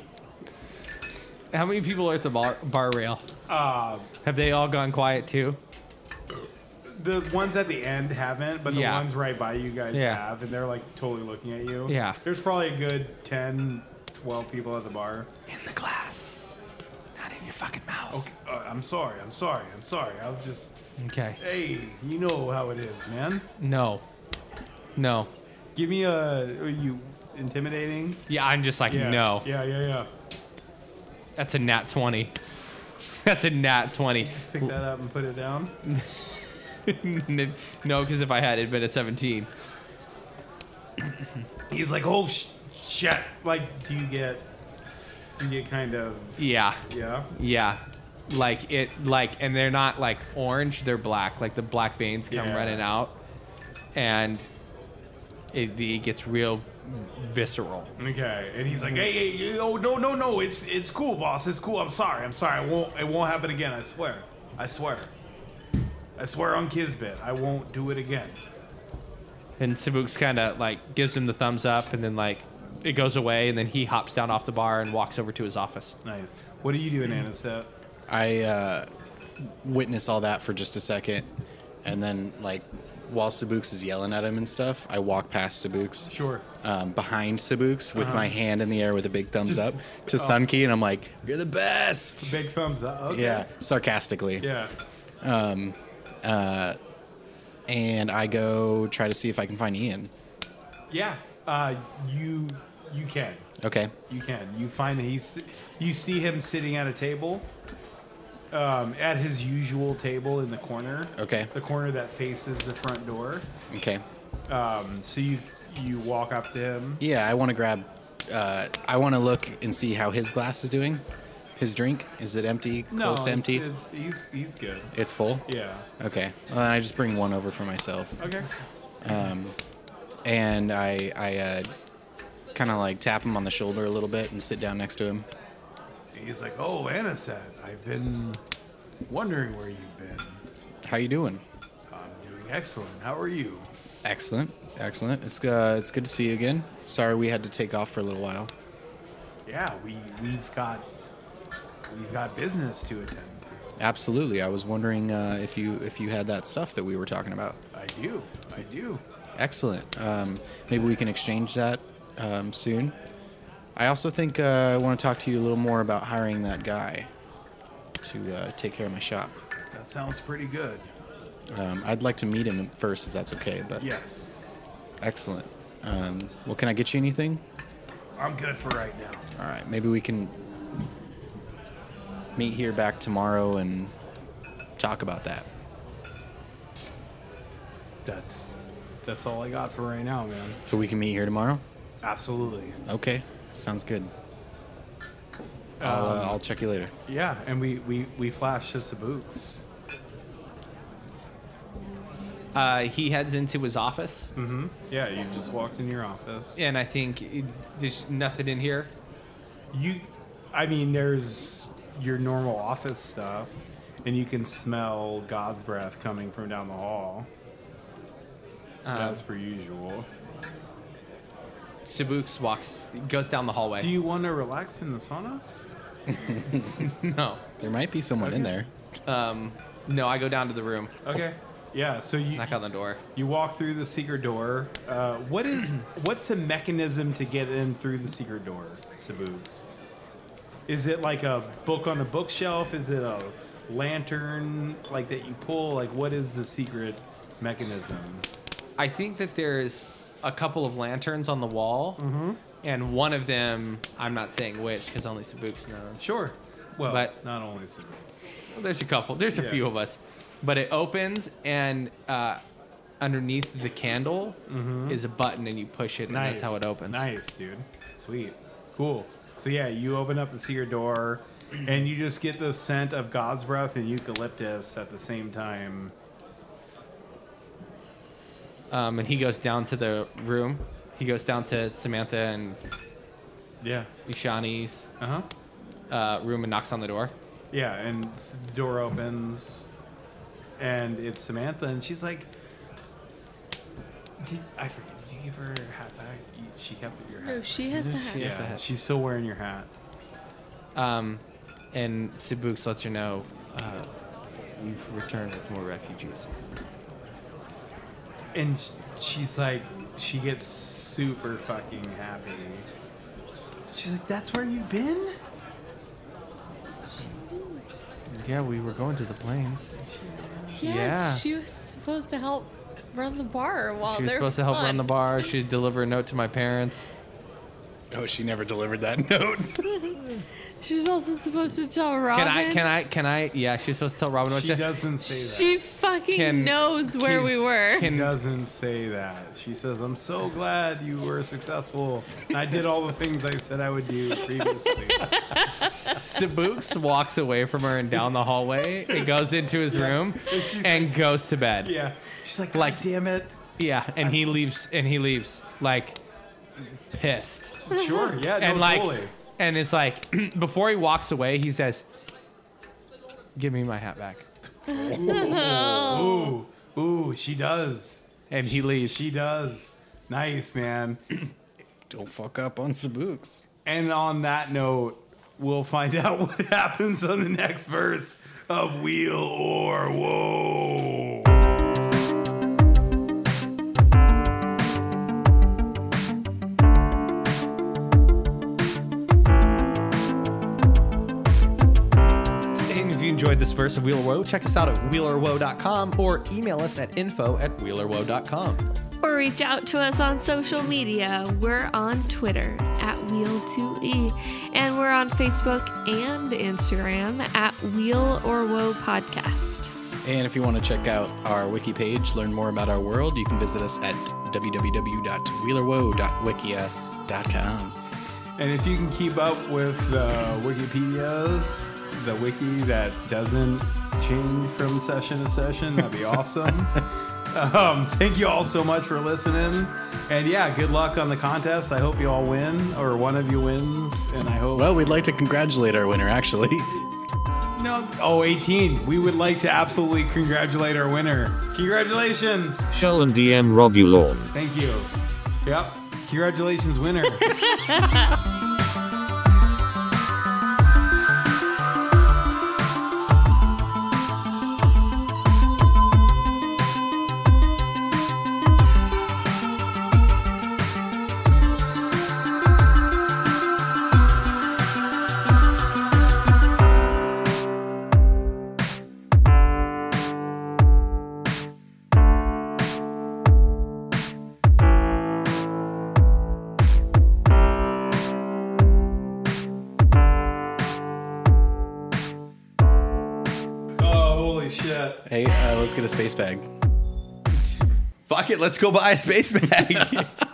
[SPEAKER 2] How many people are at the bar, bar rail?
[SPEAKER 1] uh,
[SPEAKER 2] Have they all gone quiet too?
[SPEAKER 1] the ones at the end haven't, but the
[SPEAKER 2] Yeah.
[SPEAKER 1] ones right by you guys
[SPEAKER 2] Yeah.
[SPEAKER 1] have, and they're like totally looking at you.
[SPEAKER 2] Yeah.
[SPEAKER 1] There's probably a good 10, 12 people at the bar.
[SPEAKER 2] In the glass, not in your fucking mouth.
[SPEAKER 1] Okay, uh, I'm sorry, I'm sorry, I'm sorry. I was just,
[SPEAKER 2] Okay.
[SPEAKER 1] hey, you know how it is, man.
[SPEAKER 2] No. No.
[SPEAKER 1] Give me a, are you intimidating?
[SPEAKER 2] Yeah, I'm just like
[SPEAKER 1] Yeah.
[SPEAKER 2] no.
[SPEAKER 1] Yeah, yeah, yeah.
[SPEAKER 2] That's a nat twenty. That's a nat twenty.
[SPEAKER 1] Just pick that up and put it down.
[SPEAKER 2] no, because if I had, it'd been a seventeen.
[SPEAKER 1] He's like, oh, sh- shit. Like, do you get, do you get kind of,
[SPEAKER 2] Yeah.
[SPEAKER 1] yeah?
[SPEAKER 2] Yeah. Like it. Like, and they're not like orange. They're black. Like the black veins come
[SPEAKER 1] Yeah.
[SPEAKER 2] running out, and it, it gets real visceral.
[SPEAKER 1] Okay, and he's like, "Hey, hey, hey, oh no, no, no! It's it's cool, boss. It's cool. I'm sorry. I'm sorry. It won't it won't happen again. I swear. I swear. I swear on Kisbet, I won't do it again."
[SPEAKER 2] And Sabuks kind of like gives him the thumbs up, and then like it goes away, and then he hops down off the bar and walks over to his office.
[SPEAKER 1] Nice. What are you doing, Anaset?
[SPEAKER 5] I uh, witness all that for just a second, and then like while Sabuks is yelling at him and stuff, I walk past Sabuks.
[SPEAKER 1] Sure.
[SPEAKER 5] Um, behind Sabuks with my hand in the air with a big thumbs
[SPEAKER 1] Uh-huh. Just- oh.
[SPEAKER 5] up to Sunkey, and I'm like, "You're the best."
[SPEAKER 1] Big thumbs up. Okay.
[SPEAKER 5] Yeah, sarcastically.
[SPEAKER 1] Yeah.
[SPEAKER 5] And I go try to see if I can find Ian.
[SPEAKER 1] Yeah. Uh, you You can.
[SPEAKER 5] Okay.
[SPEAKER 1] You can. You find that he's. You see him sitting at a table, um, at his usual table in the corner.
[SPEAKER 5] Okay.
[SPEAKER 1] The corner that faces the front door.
[SPEAKER 5] Okay.
[SPEAKER 1] Um, so you you walk up to him.
[SPEAKER 5] Yeah, I want to grab. Uh, I want to look and see how his glass is doing. His drink is it empty?
[SPEAKER 1] it's-
[SPEAKER 5] close to empty. It's,
[SPEAKER 1] It's, he's he's good.
[SPEAKER 5] full.
[SPEAKER 1] Yeah.
[SPEAKER 5] Okay. Well, then I just bring one over for myself,
[SPEAKER 1] Okay.
[SPEAKER 5] and I I uh, kind of like tap him on the shoulder a little bit and sit down next to him.
[SPEAKER 1] He's like, oh, Anna said, I've been wondering where you've been.
[SPEAKER 5] How you doing?
[SPEAKER 1] I'm doing excellent. How are you?
[SPEAKER 5] Excellent. Excellent. It's uh, it's good to see you again. Sorry we had to take off for a little while.
[SPEAKER 1] Yeah, we we've got we've got business to attend to.
[SPEAKER 5] Absolutely. I was wondering uh, if you if you had that stuff that we were talking about.
[SPEAKER 1] I do. I do.
[SPEAKER 5] Excellent. Um, maybe we can exchange that um, soon. I also think uh, I want to talk to you a little more about hiring that guy to uh, take care of my shop.
[SPEAKER 1] That sounds pretty good.
[SPEAKER 5] Um, I'd like to meet him first, if that's okay. But
[SPEAKER 1] Yes.
[SPEAKER 5] excellent. Um, well, can I get you anything?
[SPEAKER 1] I'm good for right now.
[SPEAKER 5] All right. Maybe we can meet here back tomorrow and talk about that.
[SPEAKER 1] That's that's all I got for right now, man.
[SPEAKER 5] So we can meet here tomorrow.
[SPEAKER 1] Absolutely.
[SPEAKER 5] Okay. Sounds good. I'll, uh, I'll check you later.
[SPEAKER 1] Yeah, and we we we flash to Sabuks.
[SPEAKER 2] Uh, he heads into his office,
[SPEAKER 1] Yeah, you just walked in your office.
[SPEAKER 2] and I think it, there's nothing in here.
[SPEAKER 1] You, I mean, there's your normal office stuff, and you can smell God's breath coming from down the hall, as per usual.
[SPEAKER 2] Sabuks walks, goes down the hallway.
[SPEAKER 1] Do you want to relax in the sauna?
[SPEAKER 2] no,
[SPEAKER 5] There might be someone in there.
[SPEAKER 2] um, no, I go down to the room,
[SPEAKER 1] Okay. Yeah. So you
[SPEAKER 2] knock on the door.
[SPEAKER 1] you walk through the secret door. Uh, what is what's the mechanism to get in through the secret door, Sabugs? Is it like a book on a bookshelf? Is it a lantern like that you pull? Like what is the secret mechanism?
[SPEAKER 2] I think that there's a couple of lanterns on the wall,
[SPEAKER 1] Mm-hmm.
[SPEAKER 2] and one of them, I'm not saying which because only Sabuks knows.
[SPEAKER 1] Sure. Well,
[SPEAKER 2] But-
[SPEAKER 1] not only Sabugs.
[SPEAKER 2] Well, there's a couple. There's a
[SPEAKER 1] Yeah.
[SPEAKER 2] few of us, but it opens and uh, underneath the candle is a button, and you push it, and that's how it opens.
[SPEAKER 1] Mm-hmm. Nice, dude. Sweet. Cool. So yeah, you open up the seer door, and you just get the scent of God's breath and eucalyptus at the same time.
[SPEAKER 2] Um, and he goes down to the room. He goes down to Samantha and
[SPEAKER 1] Yeah.
[SPEAKER 2] Ishani's
[SPEAKER 1] Uh huh.
[SPEAKER 2] uh, room and knocks on the door.
[SPEAKER 1] Yeah, and s- the door opens, and it's Samantha, and she's like, did, "I forget. Did you give her her hat back? You, she kept your hat.
[SPEAKER 3] No, Oh, she has the hat.
[SPEAKER 2] She has the
[SPEAKER 1] yeah,
[SPEAKER 2] hat.
[SPEAKER 1] she's still wearing your hat.
[SPEAKER 2] Um, and Sabuks lets her know uh, we've returned with more refugees.
[SPEAKER 1] And sh- she's like, she gets super fucking happy. She's like, that's where you've been?
[SPEAKER 2] Yeah, we were going to the plains.
[SPEAKER 3] Yes,
[SPEAKER 2] Yeah.
[SPEAKER 3] she was supposed to help run the bar while
[SPEAKER 2] she was
[SPEAKER 3] they're
[SPEAKER 2] supposed to help run
[SPEAKER 3] gone.
[SPEAKER 2] the bar. She'd deliver a note to my parents.
[SPEAKER 5] Oh, she never delivered that note.
[SPEAKER 3] She was also supposed to tell Robin.
[SPEAKER 2] Can I? Can I? Can I? Yeah, she's supposed to tell Robin what
[SPEAKER 1] She doesn't say that.
[SPEAKER 3] She fucking
[SPEAKER 2] Can-
[SPEAKER 3] knows where
[SPEAKER 2] can-
[SPEAKER 3] we were.
[SPEAKER 1] She
[SPEAKER 2] Can,
[SPEAKER 1] doesn't say that. She says, I'm so glad you were successful. And I did all the things I said I would do previously.
[SPEAKER 2] Sabuks walks away from her and down the hallway. It goes into his room
[SPEAKER 1] And she's-
[SPEAKER 2] and goes to bed. Yeah,
[SPEAKER 1] yeah. She's like, like, damn it.
[SPEAKER 2] and he leaves. And he leaves like pissed.
[SPEAKER 1] Sure. Yeah. No,
[SPEAKER 2] and like,
[SPEAKER 1] totally.
[SPEAKER 2] and it's like before he walks away, he says, "Give me my hat back."
[SPEAKER 1] Ooh. Ooh. She does.
[SPEAKER 2] And he leaves.
[SPEAKER 1] She does. Nice, man.
[SPEAKER 5] Don't fuck up on Sabuks.
[SPEAKER 1] And on that note, we'll find out what happens on the next verse of Wheel or Whoa.
[SPEAKER 14] And if you enjoyed this verse of Wheeler Woe, check us out at wheelerwoe.com or email us at info at wheelerwoe.com.
[SPEAKER 3] or reach out to us on social media. We're on Twitter at Wheel2E, and we're on Facebook and Instagram at Wheel or Woe Podcast.
[SPEAKER 5] And if you want to check out our wiki page, learn more about our world, you can visit us at www.wheelerwoe.wikia.com.
[SPEAKER 1] And if you can keep up with the Wikipedias, the wiki that doesn't change from session to session, that'd be awesome. um, thank you all so much for listening. And yeah, good luck on the contest. I hope you all win, or one of you wins. And I hope.
[SPEAKER 5] Well, we'd like to congratulate our winner, actually.
[SPEAKER 1] no. Oh, 18. We would like to absolutely congratulate our winner. Congratulations.
[SPEAKER 15] Shell and DM Robulon.
[SPEAKER 1] Thank you. Yep. Congratulations, winner. oh, holy shit.
[SPEAKER 5] Hey, uh, let's get a space bag.
[SPEAKER 11] Fuck it, let's go buy a space bag.